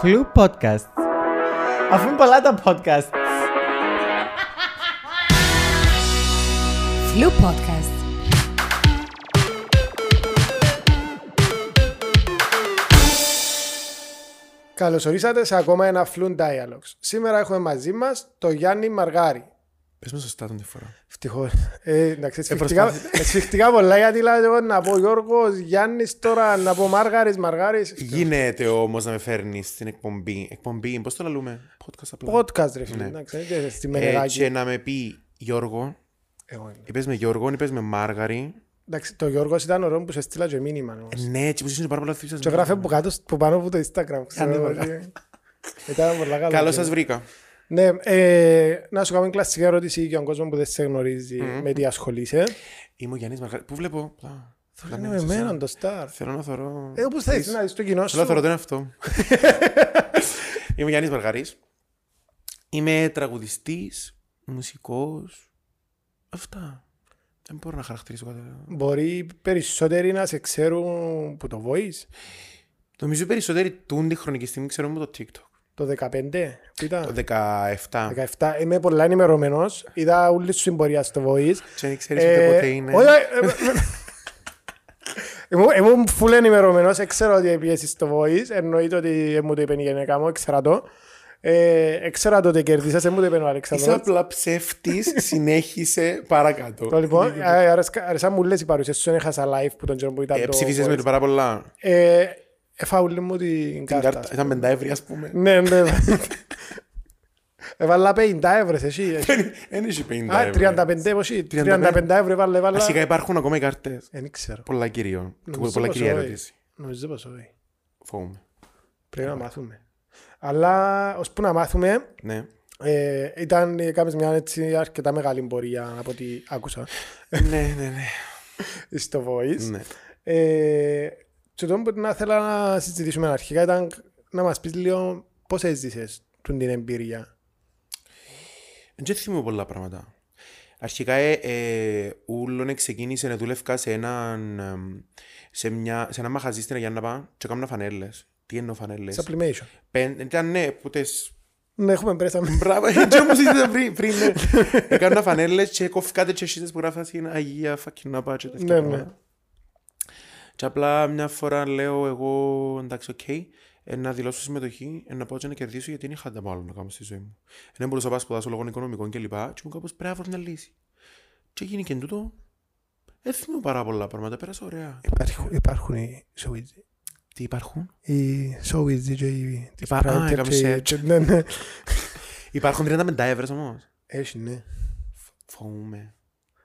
Flu Podcasts. Αφού είναι πολλά τα podcasts. Flu Podcast. Καλώ ορίσατε σε ακόμα ένα Fluent Dialogues. Σήμερα έχουμε μαζί μας το Γιάννη Μαργάρη. Πες με σωστά τον τη φορά. Ευτυχώ. Ε, εντάξει, σφιχτικά, προσπαθεί- σφιχτικά πολλά γιατί λέω εγώ να πω Γιώργος, Γιάννης τώρα, να πω Μάργαρης, Μαργάρης. Ε, Γίνεται όμως να με φέρνεις στην εκπομπή. Εκπομπή, πώς το λέμε. Podcast απλά. Podcast ρε φίλε. Ναι. Εντάξει, δεν είναι στη Ε, μενεγάκη. και να με πει Γιώργο, Εγώ είμαι. είπε με Γιώργο, είπε με Μάργαρη. Εντάξει, το Γιώργος ήταν ωραίο που σε στείλα και μήνυμα. όμως. Ε, ναι, έτσι που είσαι πάρα πολλά θύψα. Και γράφε που κάτω, που πάνω από το Instagram. ξέρω Άντε, εγώ, μωρά. τι. Ήταν πολλά καλό. Καλώ σας βρήκα. Ναι, ε, να σου κάνω μια κλασική ερώτηση για τον κόσμο που δεν σε γνωρίζει με τι ασχολείσαι. Είμαι ο Γιάννης Μαργαρή. Πού βλέπω. Πλά. Τώρα είναι με εμένα το Star. ε. Θέλω να θωρώ. Ε, όπως θέλεις να δεις το κοινό Θέλω να σου. θωρώ τον αυτό. Είμαι ο Γιάννης Μαργαρή. Είμαι τραγουδιστής, μουσικός. Αυτά. Δεν μπορώ να χαρακτηρίσω κάτι. Μπορεί περισσότεροι να σε ξέρουν που το Voice, Νομίζω οι περισσότεροι τούν τη χρονική στιγμή ξέρουν μου το TikTok. το 15, που ήταν. Το 17. 17, είμαι πολλά ενημερωμένος, είδα όλη σου την πορεία στο Voice. Δεν ξέρεις ούτε πότε είναι. όχι, ε, ε, ε, Ήμουν- Ήμουν φουλ ενημερωμένος, ε, ξέρω ότι πιέσεις στο Voice, εννοείται ότι ε, μου το είπε η γενέκα μου, ήξερα το. Ε, ε, Ήξερα το ότι κέρδισες, ε, μου το είπε ο Είσαι Αλεξάνδρος. απλά ψεύτη, συνέχισε παρακάτω. Το λοιπόν, ε, αρέσκα- αρέσαν μου λες οι παρουσίες σου, έχασα live που τον τζον που ήταν Ε, το Ψήφισε με Voice. το πάρα πολλά. Ε, Εφαούλη μου την Την κάρτα. κάρτα. Ήταν πεντάευρη, ας πούμε. Ναι, ναι. Έβαλα 50 εύρες εσύ. Δεν είχε Α, πεντάευρη. 35 πόσοι. 35. 35 εύρες έβαλα, έβαλα. Βασικά υπάρχουν ακόμα οι κάρτες. Δεν ξέρω. Πολλά κυρίω. Νομίζω Πολλά πως κυρία όχι. ερώτηση. Νομίζω πως όχι. Φοβούμαι. Πρέπει να μάθουμε. Αλλά ώσπου να μάθουμε, Ναι. ε, ήταν ε, κάμες μια έτσι αρκετά μεγάλη πορεία από ό,τι άκουσα Ναι, ναι, ναι. στο Voice. Ναι. Ε, Και το που να ήθελα να συζητήσουμε αρχικά ήταν να μας πεις λίγο πώς έζησες την εμπειρία. Δεν θυμούμαι πολλά πράγματα. Αρχικά, ε, ε, ούλον ξεκίνησε να δούλευκα σε, έναν, εμ, σε, μια, σε ένα μαχαζί στην Αγιάννα Πά και έκανα φανέλες. Τι εννοώ φανέλες. Sublimation. Πεν, ήταν ναι, που τες... Ναι, έχουμε πρέσα. Μπράβο, Ε, έτσι όμως ήρθε πριν, πριν ναι. Έκανα φανέλες και κοφκάτε και εσείς που γράφα στην Αγία Φακινάπα και τέτοια Ναι, πράγματα. ναι. Και απλά μια φορά λέω εγώ, εντάξει, οκ, ε, να δηλώσω συμμετοχή, ε, να πάω και να κερδίσω γιατί δεν είχα τίποτα άλλο να κάνω στη ζωή μου. Ε, Δεν μπορούσα να πάω σπουδάσω λόγω οικονομικών κλπ. Και μου κάπως πρέπει να βρω μια λύση. Και έγινε και εν τούτο. Ε, Δεν θυμούμαι πάρα πολλά πράγματα, πέρασα ωραία. Ε, Υπάρχουν οι showbiz. Τι υπάρχουν. Οι showbiz και οι... τις Υπά- private Α, έκαμε και οι- search. και- Ναι, ναι. Υπάρχουν 35 ευρώς όμως. Έχει, ναι. Φοβούμαι.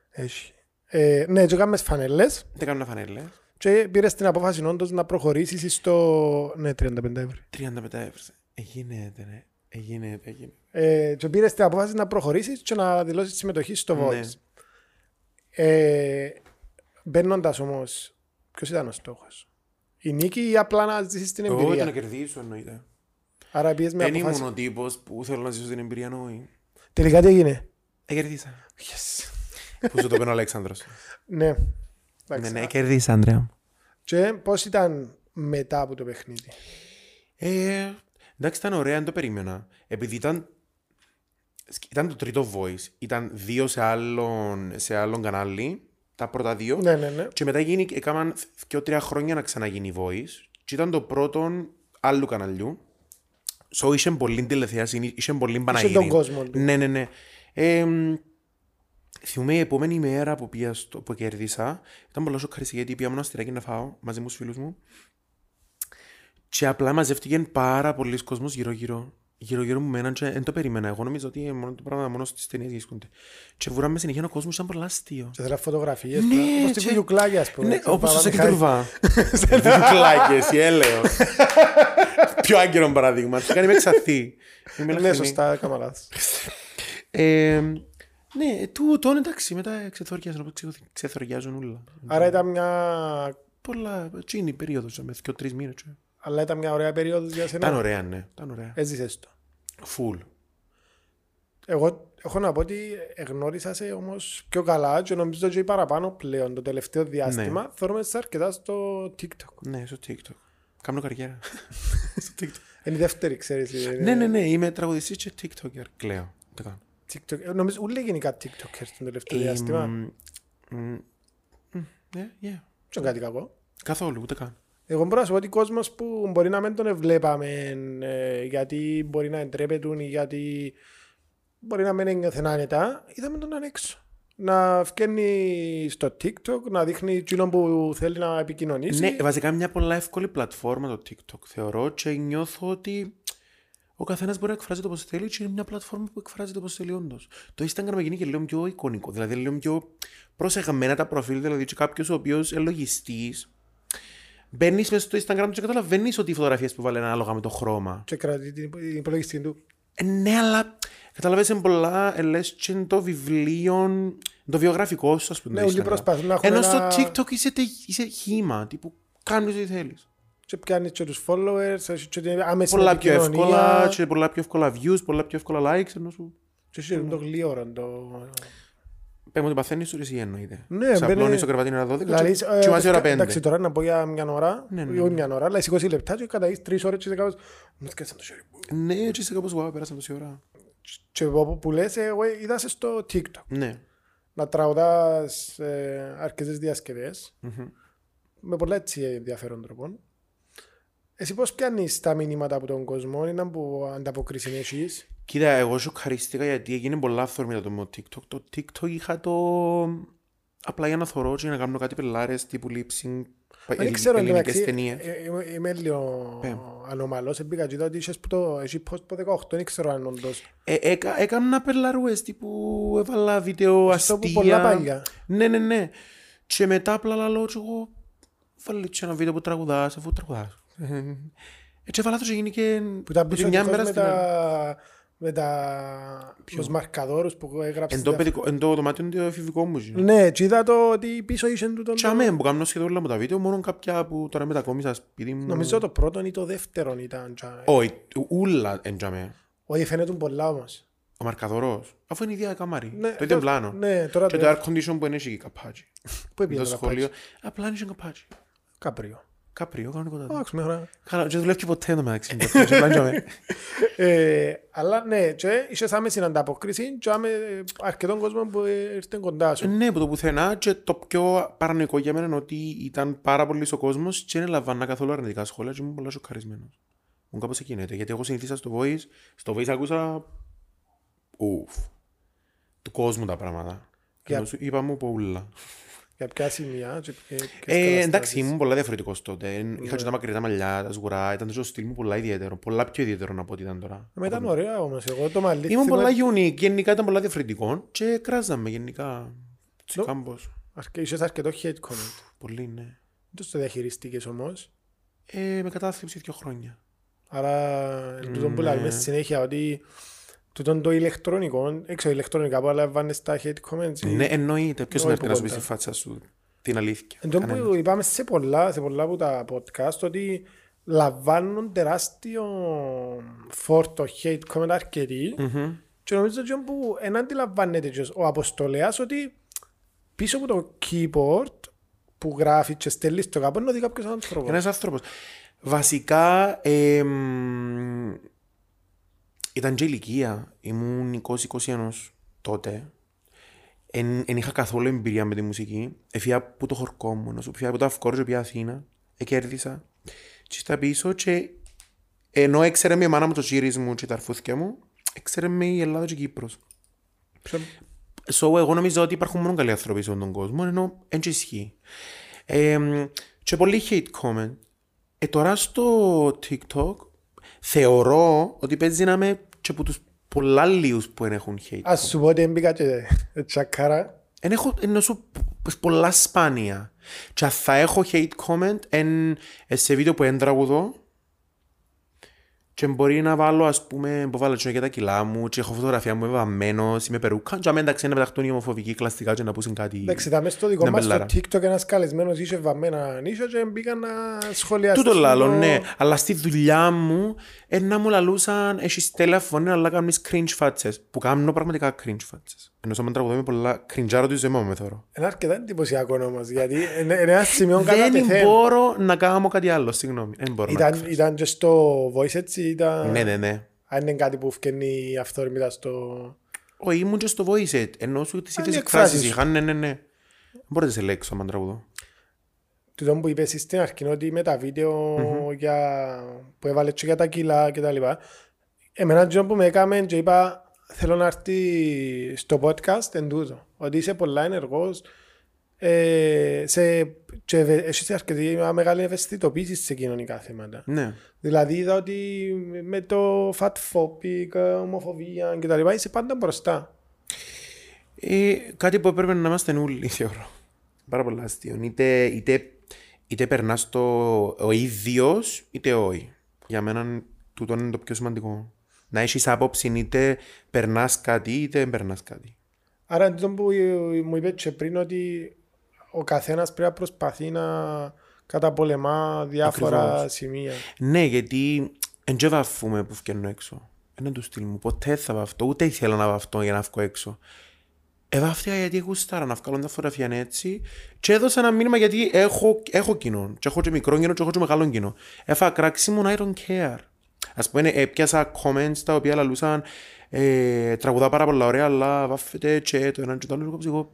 Έχει. Ε, Ναι, και έκαμε φανέλες Δεν κάνω φανέλες. και πήρες την απόφαση όντως να προχωρήσεις στο... Ναι, 35 ευρώ. 35 ευρώ. Εγίνεται, ναι. Εγίνεται, εγίνεται. Ε, Και πήρες την απόφαση να προχωρήσεις και να δηλώσεις συμμετοχή στο Ναι. Voice. Ε, Μπαίνοντας όμως, ποιος ήταν ο στόχος. Η νίκη ή απλά να ζήσεις την Εγώ ήταν να εμπειρία. κερδίσω εννοείται. Άρα πιες με Δεν ήμουν αποφάση. ο τύπος που θέλω να ζήσω την εμπειρία εννοεί. Τελικά τι έγινε. Εκερδίσα. Που σου το παίρνει ο Αλέξανδρος. Ναι. Ναι, Εντάξει. ναι, κερδίσα, Ανδρέα. Και πώς ήταν μετά από το παιχνίδι. Ε, εντάξει, ήταν ωραία, δεν το περίμενα. Επειδή ήταν. Ήταν το τρίτο voice. Ήταν δύο σε άλλον, σε άλλον κανάλι. Τα πρώτα δύο. Ναι, ναι, ναι. Και μετά γίνει, έκαναν και τρία χρόνια να ξαναγίνει voice. Και ήταν το πρώτο άλλου καναλιού. So είχε πολύ τηλεθεάση, είχε πολύ Παναγίδη. τον κόσμο λοιπόν. του. Ναι, ναι, ναι. Ε, μ, θυμούμαι η επόμενη μέρα που, πήγα στο, που κέρδισα, ήταν πολλά σοκαριστή γιατί πήγα μόνο αστυράκι να φάω μαζί με τους φίλους μου. Και απλά μαζεύτηκαν πάρα πολλοί κόσμος γύρω-γύρω. Γύρω-γύρω μου μέναν και δεν το περίμενα. Εγώ νομίζω ότι ε, μόνο το πράγμα μόνο στις ταινίες γυρίσκονται. Και βουράμε συνεχεία ο κόσμος, ήταν πολλά αστείο. Και θέλω φωτογραφίες. Ναι, Όπω τη και- Βουλιουκλάκη, ας πούμε. Ναι, Ξέρω, όπως το Παπα- Σάκη Μιχάλη. Τουρβά. Κλάκες, η έλεος. Πιο άγκυρο παράδειγμα. Τι κάνει με ξαθή. Είμαι Ναι, ειλικρινή. σωστά, έκανα λάθος. Ε, Ναι, τούτον εντάξει, μετά ξεθοριάζουν, όπως ξεθο- ξεθοριάζουν όλα. Άρα ήταν μια. Πολλά, τι είναι η περίοδος, με δυο τρεις μήνες. ε. Αλλά ήταν μια ωραία περίοδος για Ήταν σένα. ωραία, ναι, ήταν ωραία. Έζησες το. Φουλ. Εγώ έχω να πω ότι εγνώρισα σε όμως πιο καλά και νομίζω ότι παραπάνω πλέον το τελευταίο διάστημα. Θεωρούμε σε αρκετά στο TikTok. Ναι, στο TikTok. Κάνω καριέρα. Στο TikTok. Είναι η δεύτερη, ξέρεις. είναι- Ναι, ναι, ναι, είμαι τραγουδιστής και TikToker. Κλαίω. Το κάνω. TikTok. Ε, Νομίζω ούλοι γενικά TikTokers το τελευταίο διάστημα. Εμ, μ, μ, Ναι, yeah. Δεν κάτι κακό. Καθόλου, ούτε καν. Εγώ μπορώ να σου πω ότι κόσμος που μπορεί να μην τον βλέπαμε ε, γιατί μπορεί να εντρέπετουν ή γιατί μπορεί να μην ένιωθεν άνετα, είδαμε τον ανέξω. Να βγαίνει στο TikTok, να δείχνει εκείνο που θέλει να επικοινωνήσει. Ναι, βασικά μια πολλά εύκολη πλατφόρμα το TikTok θεωρώ και νιώθω ότι ο καθένας μπορεί να εκφράζει το πώ θέλει και είναι μια πλατφόρμα που εκφράζει το πώ θέλει όντως. Το Instagram γίνει και λίγο πιο εικονικό, δηλαδή λίγο πιο προσεγμένα τα προφίλ, δηλαδή και κάποιος ο οποίος ελογιστή. Μπαίνει μέσα στο Instagram του και καταλαβαίνεις ότι οι φωτογραφίε που βάλει είναι ανάλογα με το χρώμα. Και κρατεί την υπο- την υπολογιστή του. Ε, Ναι, αλλά καταλαβαίνεις είναι πολλά ελές και είναι το βιβλίο, το βιογραφικό σου, ας πούμε. Ναι, το όλοι Instagram. προσπαθούν να έχουν Ενώ στο ένα- TikTok είσαι, τε, είσαι χήμα, τύπου κάνεις ό,τι θέλεις. Και πιάνει και τους followers, έχει και την άμεση Πολλά πιο επικοινωνία. εύκολα, και πολλά πιο εύκολα views, πολλά πιο εύκολα likes, ενώ σου... Και σου δίνουν το γλίωρο. Το... Πέμε ότι παθαίνεις τώρα εσύ εννοείται. Ναι, μπαίνει- Ξαπλώνεις στο κρεβάτι είναι 12 Δηλαδή, και ε, κοιμάσαι ώρα 5. Εντάξει, τώρα να πω για μια ώρα, Ναι, ναι, όχι μια ώρα, αλλά στις 20 λεπτά και καταγείς τρεις ώρες και είσαι κάπως, μου σκέφτεσαι το χέρι μου. Ναι, έτσι είσαι κάπως wow, πέρασαν τόση ώρα. Και εγώ που λες, ε, εγώ είδα σε στο TikTok Ναι. να τραγουδάς ε, αρκετές διασκευές, με πολλά έτσι ενδιαφέρον τρόπο. Εσύ πώς πιάνεις τα μηνύματα από τον κόσμο, είναι που ανταποκρίσεις έχεις. Κοίτα, εγώ σοκαρίστηκα γιατί έγινε πολλά αυθόρμητα το μου TikTok. Το TikTok είχα το... Απλά για να θωρώ και να κάνω κάτι πελάρες τύπου lip sync, Δεν ξέρω, εν τω Ε, ελληνικές μεταξύ, ταινίες. Ε. ε, είμαι- είμαι λίγο ανομαλός, εμπήκα και είδα ότι είχες που το- εσύ post από 18, δεν ξέρω αν όντως. Ε, έκα- έκανα πελαρούες τύπου έβαλα βίντεο Αυτό που αστεία. πολλά παλιά. Ναι, ναι, ναι. Και μετά απλά λαλώ και εγώ βάλει και ένα βίντεο που τραγουδάς αφού τραγουδάς. Έτσι έβαλα το και γίνει και... Που ήταν από τη πίσω Ε, μια δικός μέρα με στην άλλη. τα... με τα... τους μαρκαδόρους που έγραψε. Εν το τα- παιδικό- εν το δωμάτιο είναι το εφηβικό μου. ζη. Ναι, και είδα το ότι πίσω είσαι τούτο. Και αμέ, που κάνω σχεδόν όλα μου τα βίντεο, μόνο κάποια που τώρα μετακόμισα σπίτι μου. Νομίζω το πρώτο ή το δεύτερο ήταν. τσα- Όχι, ούλα εντζαμέ. Όχι, φαίνεται πολλά όμως. Ο μαρκαδορός, αφού είναι η ίδια καμάρι. Ναι, το ίδιο το- πλάνο. ναι, τώρα και το- το air condition που είναι εκεί καπάτσι. Πού Το έπιε το σχολείο. καπάκι. Απλά είναι καπάτσι. Καπρίο. Καπρίο, κανονικό τότε. Εντάξει, μια χαρά. Καλά, και δουλεύει και ποτέ εδώ μεταξύ. μου, το απλά εντζαμέ. Ε, Αλλά ναι, και είσαι άμεση ανταποκρίση και άμε αρκετών κόσμων που ε, ήρθε κοντά σου. Ναι, από το πουθενά και το πιο παρανοϊκό για μένα είναι ότι ήταν πάρα πολύ ο κόσμος και δεν έλαβανα καθόλου αρνητικά σχόλια και ήμουν πολύ σοκαρισμένο. Μου κάπω εκείνεται. Γιατί εγώ συνηθίσα στο voice, στο voice άκουσα. Ουφ. Του κόσμου τα πράγματα. Για- Ενώ σου είπα μου πολλά. Για ποια σημεία. και ποιε- ποιες Ε, καταστάσεις. εντάξει, ήμουν πολύ διαφορετικός τότε. Είχα και τα μακρινά μαλλιά, τα σγουρά. Ήταν το στυλ μου πολλά ιδιαίτερο. Πολλά πιο ιδιαίτερο από ό,τι ήταν τώρα. Μα Ε, ήταν ωραία όμως. Εγώ το μαλλί. Ήμουν θυμάμαι- πολλά unique. Γενικά ήταν πολλά διαφορετικό και κράζαμε γενικά. Νο- Τσικάμπο. αρκε- Είχες αρκετό hate comment. Πολύ, ναι. Δεν το διαχειριστήκες όμως. Ε, με κατάθλιψη δύο χρόνια. Άρα, εν τούτον που ναι. λέμε συνέχεια ότι τούτον το ηλεκτρονικό, έξω ηλεκτρονικά που αλαμβάνεις τα hate comments. Ναι, εννοείται. Ποιος Όχι είναι να σου τίποτα. πει στη φάτσα σου την αλήθεια. Εν τούτον Κανένα. που είπαμε σε πολλά, σε πολλά από τα podcast ότι λαμβάνουν τεράστιο φόρτο hate comment αρκετοί και νομίζω ότι που δεν αντιλαμβάνεται και ο αποστολέας ότι πίσω από το keyboard που γράφει και στέλνεις στο κάπου είναι ότι κάποιος άνθρωπος. Ένας άνθρωπος. Βασικά, εμ, ήταν και ηλικία. Ήμουν 20-21 τότε. Εν, εν είχα καθόλου εμπειρία με τη μουσική. Έφυγα από το χορκό μου, να σου πω, από το αυκόρζο πια Αθήνα. Εκέρδισα. Και στα πίσω και ενώ έξερε με η μάνα μου το τσίρις μου και τα αρφούθκια μου, έξερε με η Ελλάδα και η Κύπρος. Ποιο- So, εγώ νομίζω ότι υπάρχουν μόνο καλοί άνθρωποι σε όλον τον κόσμο, ενώ δεν και ισχύει. Ε, και πολύ hate comment. Ε, τώρα στο TikTok θεωρώ ότι παίζει να είμαι και από τους πολλά λίγους που εν έχουν hate. Ας σου πω ότι έμπηκα και τσακάρα. Εν έχω ενώ σου π- πολλά σπάνια. Και αν θα έχω hate comment εν, ε, σε βίντεο που εν τραγουδώ και μπορεί να βάλω, ας πούμε, που βάλω και για τα κιλά μου και έχω φωτογραφία μου βαμμένος, είμαι περούκα και άμα εντάξει να πεταχτούν οι ομοφοβικοί κλαστικά και να πούσουν κάτι... Εντάξει, ήταν μέσα στο δικό Να μας στο Ναι, μπελάρα. TikTok ένας καλεσμένος είχε βαμμένα νύσια και μπήκα να σχολιάσουν. Τούτο λάλο, ναι. Αλλά στη δουλειά μου, ε, να μου λαλούσαν, έχεις τηλέφωνο, αλλά κάνεις cringe φάτσες. Που κάνω πραγματικά cringe φάτσες. Ενώ σαν τραγουδάμε πολλά κριντζάρω του ζεμό με θεωρώ. Είναι αρκετά εντυπωσιακό όμω, γιατί είναι είναι ένα σημείο κατά Δεν τεθέν. μπορώ να κάνω κάτι άλλο, συγγνώμη. Δεν μπορώ να Ήταν, ήταν και στο voice έτσι, ήταν... Ναι, ναι, ναι. Αν είναι κάτι που φκαινεί αυθόρμητα στο... Όχι, ήμουν και στο voice it, ενώ σου τις Αν ίδιες οι εκφράσεις εκφράσεις σου. είχαν, ναι, ναι, ναι. Δεν μπορώ να σε λέξω άμα τραγουδώ. Τούτο που είπες εσύ στην αρχή ότι με τα βίντεο για... που έβαλες και για τα κιλά και τα λοιπά. Εμένα τζον που με έκαμε και είπα θέλω να έρθει στο podcast εν τούτο. Ότι είσαι πολλά ενεργός. Ε, σε, και ευε- έχεις αρκετή μεγάλη ευαισθητοποίηση σε κοινωνικά θέματα. Ναι. Δηλαδή είδα ότι με το fat phobic, ομοφοβία και τα λοιπά είσαι πάντα μπροστά. Ε, κάτι που έπρεπε να είμαστε όλοι, θεωρώ. Πάρα πολλά αστείο. Είτε, είτε, είτε περνάς το ο ίδιος, είτε όχι. Για μένα τούτο είναι το πιο σημαντικό. Να έχεις άποψη, είτε περνάς κάτι, είτε δεν περνάς κάτι. Άρα είναι τούτο που ε, μου είπες και πριν ότι ο καθένας πρέπει να προσπαθεί να καταπολεμά διάφορα Ακριβώς. σημεία. Ναι, γιατί δεν και βαφούμε που φκαίνω έξω. Ένα του στυλ μου. Ποτέ θα βαφτώ, ούτε ήθελα να βαφτώ για να βγω έξω. Εβάφτηκα γιατί γουστάρα να βγάλω μια φωτογραφία είναι έτσι. Και έδωσα ένα μήνυμα γιατί έχω, έχω κοινό. Και έχω και μικρό κοινό, και έχω και μεγάλο κοινό. Έφα κράξιμο, I don't care. Ας πούμε, ε, πιάσα comments τα οποία λαλούσαν ε, τραγουδά πάρα πολλά ωραία, αλλά βάφεται και το έναν και το άλλο. Και εγώ,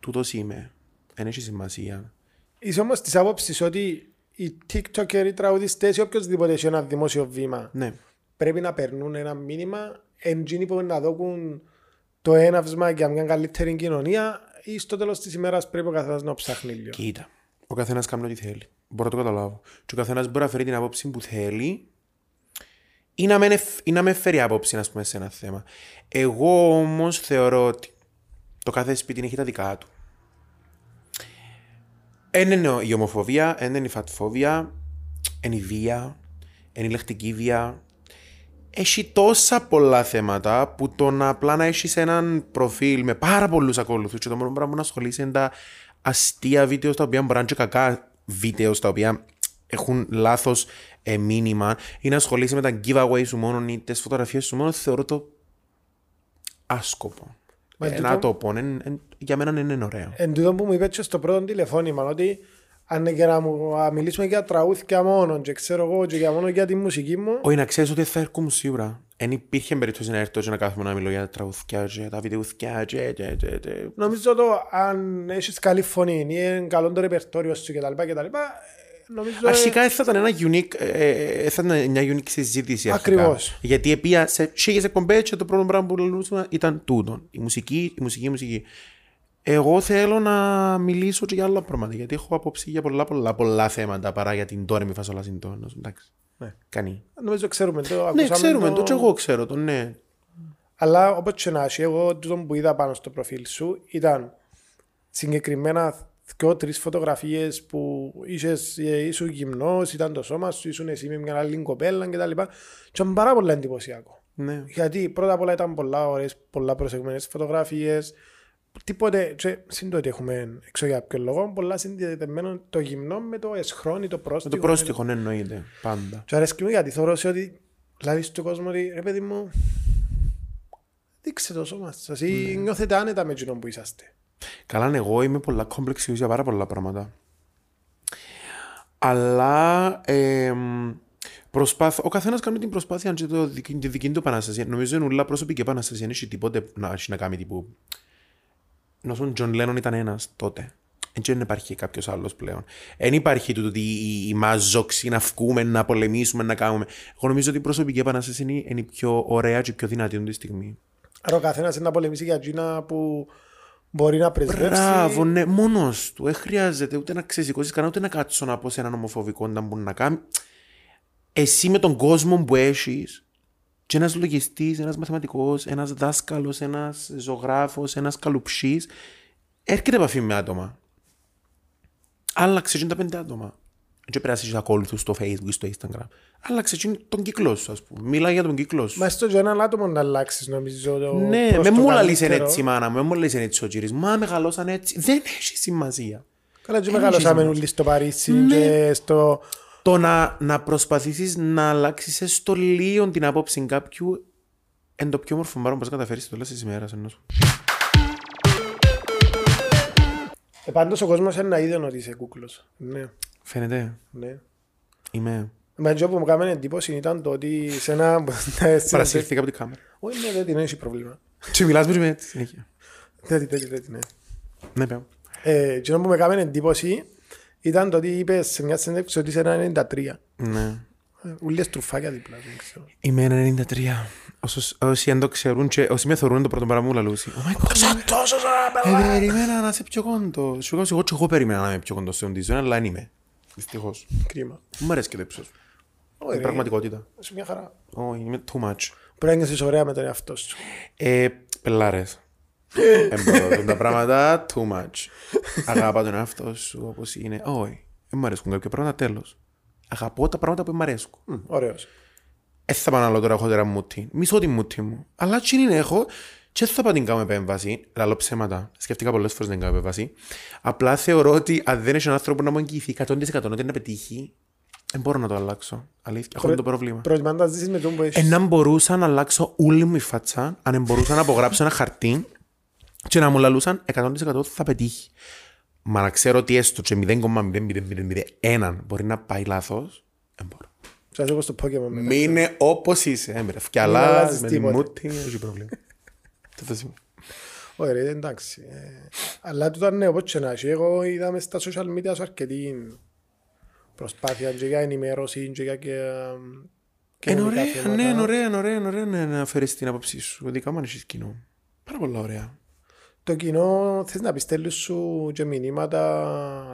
τούτος είμαι. Δεν έχει σημασία. Είσαι όμως της άποψης ότι οι TikToker, οι τραγουδιστές ή οποιοδήποτε έχει ένα δημόσιο βήμα Ναι. πρέπει να περνούν ένα μήνυμα εντζήνοι που να δώσουν το έναυσμα για μια καλύτερη κοινωνία ή στο τέλος της ημέρας πρέπει ο καθένας να ψάχνει λίγο. Κοίτα, ο καθένας κάνει ό,τι θέλει. Μπορώ να το καταλάβω. Και ο καθένας μπορεί να φέρει την άποψη που θέλει ή να, μεν εφ- ή να με φέρει άποψη, ας πούμε, σε ένα θέμα. Εγώ όμως θεωρώ ότι το κάθε σπίτι έχει τα δικά του. Εν είναι η ομοφοβία, εν είναι η φατφόβια, εν η βία, εν η λεκτική βία. Έχει τόσα πολλά θέματα που το να απλά να έχεις έναν προφίλ με πάρα πολλούς ακολουθούς και το μόνο πράγμα που να ασχολείσαι είναι τα αστεία βίντεο τα οποία μπορεί να είναι και κακά βίντεο τα οποία έχουν λάθος ε, μήνυμα ή να ασχολείσαι με τα giveaway σου μόνο ή τις φωτογραφίες σου μόνο, θεωρώ το άσκοπο. Μα Ε, τούτο- να το πω, εν- εν- για μένα δεν είναι ωραίο. Εν τούτο που μου είπες και στο πρώτο τηλεφώνημα ότι αν για να μου, α, μιλήσουμε για τραούθηκια μόνο και ξέρω εγώ και για μόνο για τη μουσική μου Όχι, να ξέρεις ότι θα έρχομαι σίγουρα. Εν υπήρχε περίπτωση να έρθω και να κάθομαι να μιλώ για τα τραγουδιά, και τα βιντεουθιά. και- και- και- και. νομίζω το αν έχεις καλή φωνή ή είναι καλό το ρεπερτόριο σου κτλ κτλ νομίζω Αρχικά ε, θα ήταν, ένα unique, ε, ε, θα ήταν μια unique συζήτηση. αρχικά. Ακριβώς. Γιατί επία σε χίλιε εκπομπές και το πρώτο πράγμα που λαλούσαμε ήταν τούτο. Η μουσική, η μουσική, η μουσική. Εγώ θέλω να μιλήσω και για άλλα πράγματα. Γιατί έχω απόψη για πολλά, πολλά, πολλά θέματα παρά για την τώρα μη φασολά συντόνο. Εντάξει. Ναι. Κανεί. νομίζω ξέρουμε το Ναι, ακούσαμε ξέρουμε το, και εγώ ξέρω το, ναι. Αλλά όπως και να έχει, εγώ τούτο που είδα πάνω στο προφίλ σου ήταν συγκεκριμένα δυο-τρεις φωτογραφίες που είσες, ε, ήσουν γυμνός, ήταν το σώμα σου, ήσουν εσύ με μια άλλη κοπέλα κτλ. Και ήταν πάρα πολύ εντυπωσιακό. ναι. Γιατί πρώτα απ' όλα ήταν πολλά ωραίες, πολλά προσεγμένες φωτογραφίες, τίποτε, και συν το ότι έχουμε έξω για ποιο λόγο, πολλά συνδεδεμένο το γυμνό με το εσχρόνι, το Με πρόστιχο. το πρόστιχο, ναι, εννοείται. Πάντα. Του αρέσκει μου γιατί θεωρώ σε ότι λάβει στον κόσμο ότι ρε παιδί μου, δείξε το σώμα σας Ναι. ή νιώθετε άνετα με εκείνον που είσαστε. Καλά, ναι, εγώ είμαι πολλά κόμπλεξη για πάρα πολλά πράγματα. Αλλά εμ, προσπάθ... ο καθένας κάνει την προσπάθεια και το, δική- τη δική του επανάσταση. Νομίζω είναι ούλα πρόσωπη και επανάσταση. Δεν έχει τίποτε να, έχει να κάνει τύπου. Ενώ ο Τζον Λένον ήταν ένας τότε. Έτσι δεν υπάρχει κάποιος άλλος πλέον. Δεν υπάρχει τούτο ότι η, η μαζόξη να βγούμε, να πολεμήσουμε, να κάνουμε. Εγώ νομίζω ότι η προσωπική επανάσταση είναι, η- είναι η πιο ωραία και η πιο δυνατή αυτή τη στιγμή. Άρα ο καθένας είναι να πολεμήσει για εκείνα που μπορεί να πρεσβεύσει. Μπράβο, ναι, μόνος του. Δεν χρειάζεται ούτε να ξεσηκώσει κανένα, ούτε να κάτσω να πω σε έναν ομοφοβικό να μπορεί να κάνει. Εσύ με τον κόσμο που έχεις, και ένας λογιστής, ένας μαθηματικός, ένας δάσκαλος, ένας ζωγράφος, ένας καλουψή, έρχεται επαφή με άτομα. Άλλαξε εκείνα τα πέντε άτομα. Δεν περάσει του ακόλουθου στο Facebook ή στο Instagram. Άλλαξε εκείνο τον κύκλο σου, ας πούμε. Μιλά για τον κύκλο σου. Μα έστω και έναν άτομο να αλλάξεις νομίζω το Ναι, προς με το μου λαλείσαι καλύτερο. έτσι, μάνα μου, με μου λαλείσαι έτσι ο κύρις. Μα μεγαλώσαν έτσι. Δεν έχει σημασία. Καλά και Έχεις μεγαλώσαμε σημασία. όλοι στο Παρίσι Ναι. και στο... Το να, να προσπαθήσεις να αλλάξεις έστω λίγο την άποψη κάποιου Εν το πιο όμορφο μπάρο που καταφέρεις το λες ημέρα ενό. Ε, πάντως ο κόσμος είναι να είδε ότι είσαι κούκλος. Ναι, Φαίνεται. ναι. Είμαι. Με αυτό που μου έκανε εντύπωση ήταν το ότι σε ένα... Παρασύρθη. Παρασύρθηκα από την κάμερα. Όχι, ναι, δεν την έχει πρόβλημα. Τι μιλάς μου και με έτσι συνέχεια. Δεν την έχει, ναι. Ναι, πέρα. Ε, και που με έκανε εντύπωση ήταν το ότι είπες σε μια συνέντευξη ότι είσαι ένα 93. Ναι. Ε, Ούλες τρουφάκια δίπλα, δεν ξέρω. Είμαι ένα 93. Όσους- Όσοι αν το ξέρουν και όσοι με θωρούν το πρώτο παρά μου λαλούσι. Oh my god. Σαν τόσο σαν Ε, πελά. Περίμενα να είσαι πιο κοντό. Σου κάνω εγώ και εγώ περίμενα να είμαι πιο κοντό στον Disney, αλλά δεν είμαι. Δυστυχώς. Κρίμα. Μου αρέσει και το ύψος. Ωραία, Είναι πραγματικότητα. Είσαι μια χαρά. Όχι, είμαι too much. Πρέπει να νιώσεις ωραία με τον εαυτό σου. Ε, πελάρες. Εμπόδια τα πράγματα, too much. Αγαπά τον εαυτό σου όπως είναι. Όχι, δεν μου αρέσουν κάποια πράγματα, τέλος. Αγαπώ τα πράγματα που δεν μου αρέσουν. Ωραίος. Δεν θα πάω να λέω τώρα έχω τώρα μούτι. Μισώ τη μούτι μου. Αλλά τι είναι έχω και δεν θα πάω να την κάνω επέμβαση. Λαλώ ψέματα. Σκεφτήκα πολλές φορές να την κάνω επέμβαση. Απλά θεωρώ ότι αν δεν έχει έναν άνθρωπο να μου εγγυηθεί 100% ότι να πετύχει, δεν μπορώ να το αλλάξω. Αλήθεια. Έχω αυτό το πρόβλημα. Προτιμά να τα ζήσεις με τον που έχεις. Εάν μπορούσα να αλλάξω όλη μου η φάτσα, αν μπορούσα να απογράψω ένα χαρτί και να μου λαλούσαν 100% θα πετύχει. Μα να ξέρω ότι έστω και 0,0001 μπορεί να πάει λάθος, δεν μπορώ. Σας έχω στο Pokemon μετά. Μείνε όπως είσαι. Έμπρε. Μην Φτιαλά αλλάζεις Ε, με τη τίποτε. μούτη. Έχει πρόβλημα. Τι θα σημαίνει. Ωραία, ρε, εντάξει. Ε, αλλά τούτα ναι, όπως και να έχει. Εγώ είδα μες στα social media σου αρκετή προσπάθεια και για ενημέρωση και για... και, εμ, Είναι κοινωνικά ωραία, θέματα. ναι, είναι ωραία, είναι ωραία, είναι ωραία ναι, να αφαιρέσει την άποψή σου. Ειδικά μου ανησυχεί κοινό. Πάρα πολλά ωραία. Το κοινό θες να πιστέλνει σου και μηνύματα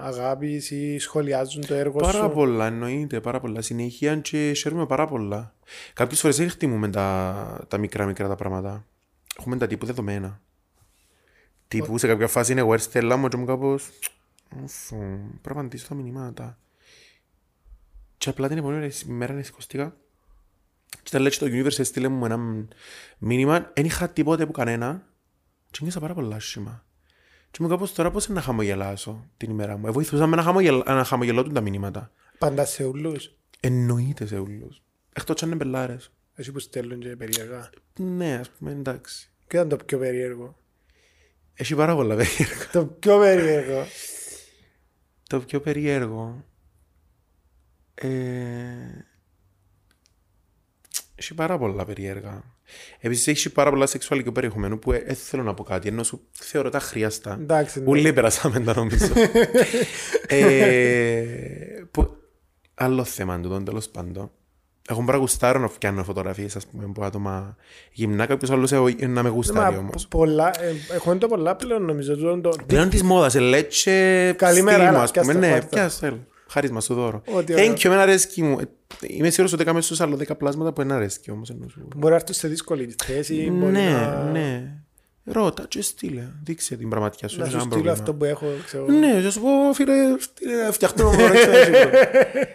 αγάπης ή σχολιάζουν το έργο Πάρα σου. πολλά, εννοείται, πάρα πολλά. Συνέχεια και χαίρομαι πάρα πολλά. Κάποιες φορές δεν χτιμούμε τα, τα μικρά μικρά τα πράγματα. Έχουμε τα τύπου δεδομένα. Τύπου σε κάποια φάση είναι εγώ έρθελα μου και μου κάπως Ουφ, πρέπει να απαντήσω τα μηνύματα. Και απλά την επόμενη μέρα να σηκωστήκα και τα λέει στο universe έστειλε μου ένα μήνυμα. Δεν είχα τίποτε από κανένα και νιώσα πάρα πολλά άσχημα. Και μου κάπως τώρα πώς να χαμογελάσω την ημέρα μου. Ε, βοηθούσαμε να, χαμογελ... να χαμογελώτουν τα μηνύματα. Πάντα σε ούλους. Εννοείται σε όλους. Εκτός αν είναι μπελάρες. Εσύ που στέλνουν και περίεργα. Ναι, ας πούμε, εντάξει. Και ήταν το πιο περίεργο. Έχει πάρα πολλά περίεργα. Το πιο περίεργο. Το πιο περίεργο. Ε... Έχει πάρα πολλά περίεργα. Επίσης έχει πάρα πολλά σεξουαλικού περιεχομένου που δεν θέλω να πω κάτι, ενώ σου θεωρώ τα χρειαστά. Εντάξει, ναι. Πολύ περάσαμε τα νομίζω. ε, που... Άλλο θέμα του, τέλος πάντων. Εγώ μπορώ να γουστάρω να φτιάνω φωτογραφίες, ας πούμε, από άτομα γυμνά. Κάποιος άλλος να με γουστάρει Μα, όμως. πο- πολλά, ε, έχω το πολλά πλέον νομίζω. τούτο το- Πλέον της μόδας, ελέτσε. Καλημέρα, στυλ μου, έλα, ας πούμε. πιάστα, Ναι, πάρτα. πιάστα. έλα. Χάρισμα σου δώρο. Ό,τι ωραίο. Thank you, εμένα αρέσκει μου. Ε, Είμαι σίγουρος ότι έκαμε στους άλλο 10 πλάσματα που ένα αρέσκει όμως. Μπορεί να έρθουν σε δύσκολη θέση. μπορεί Ναι, να- ναι. Ρώτα, και στείλε. Δείξε την πραγματιά σου. Να δεν σου έχω στείλω πρόβλημα. αυτό που έχω. Ξέρω. Ναι, θα σου πω, φίλε, στείλε να φτιαχτώ. να μπορώ, ξέρω, ξέρω.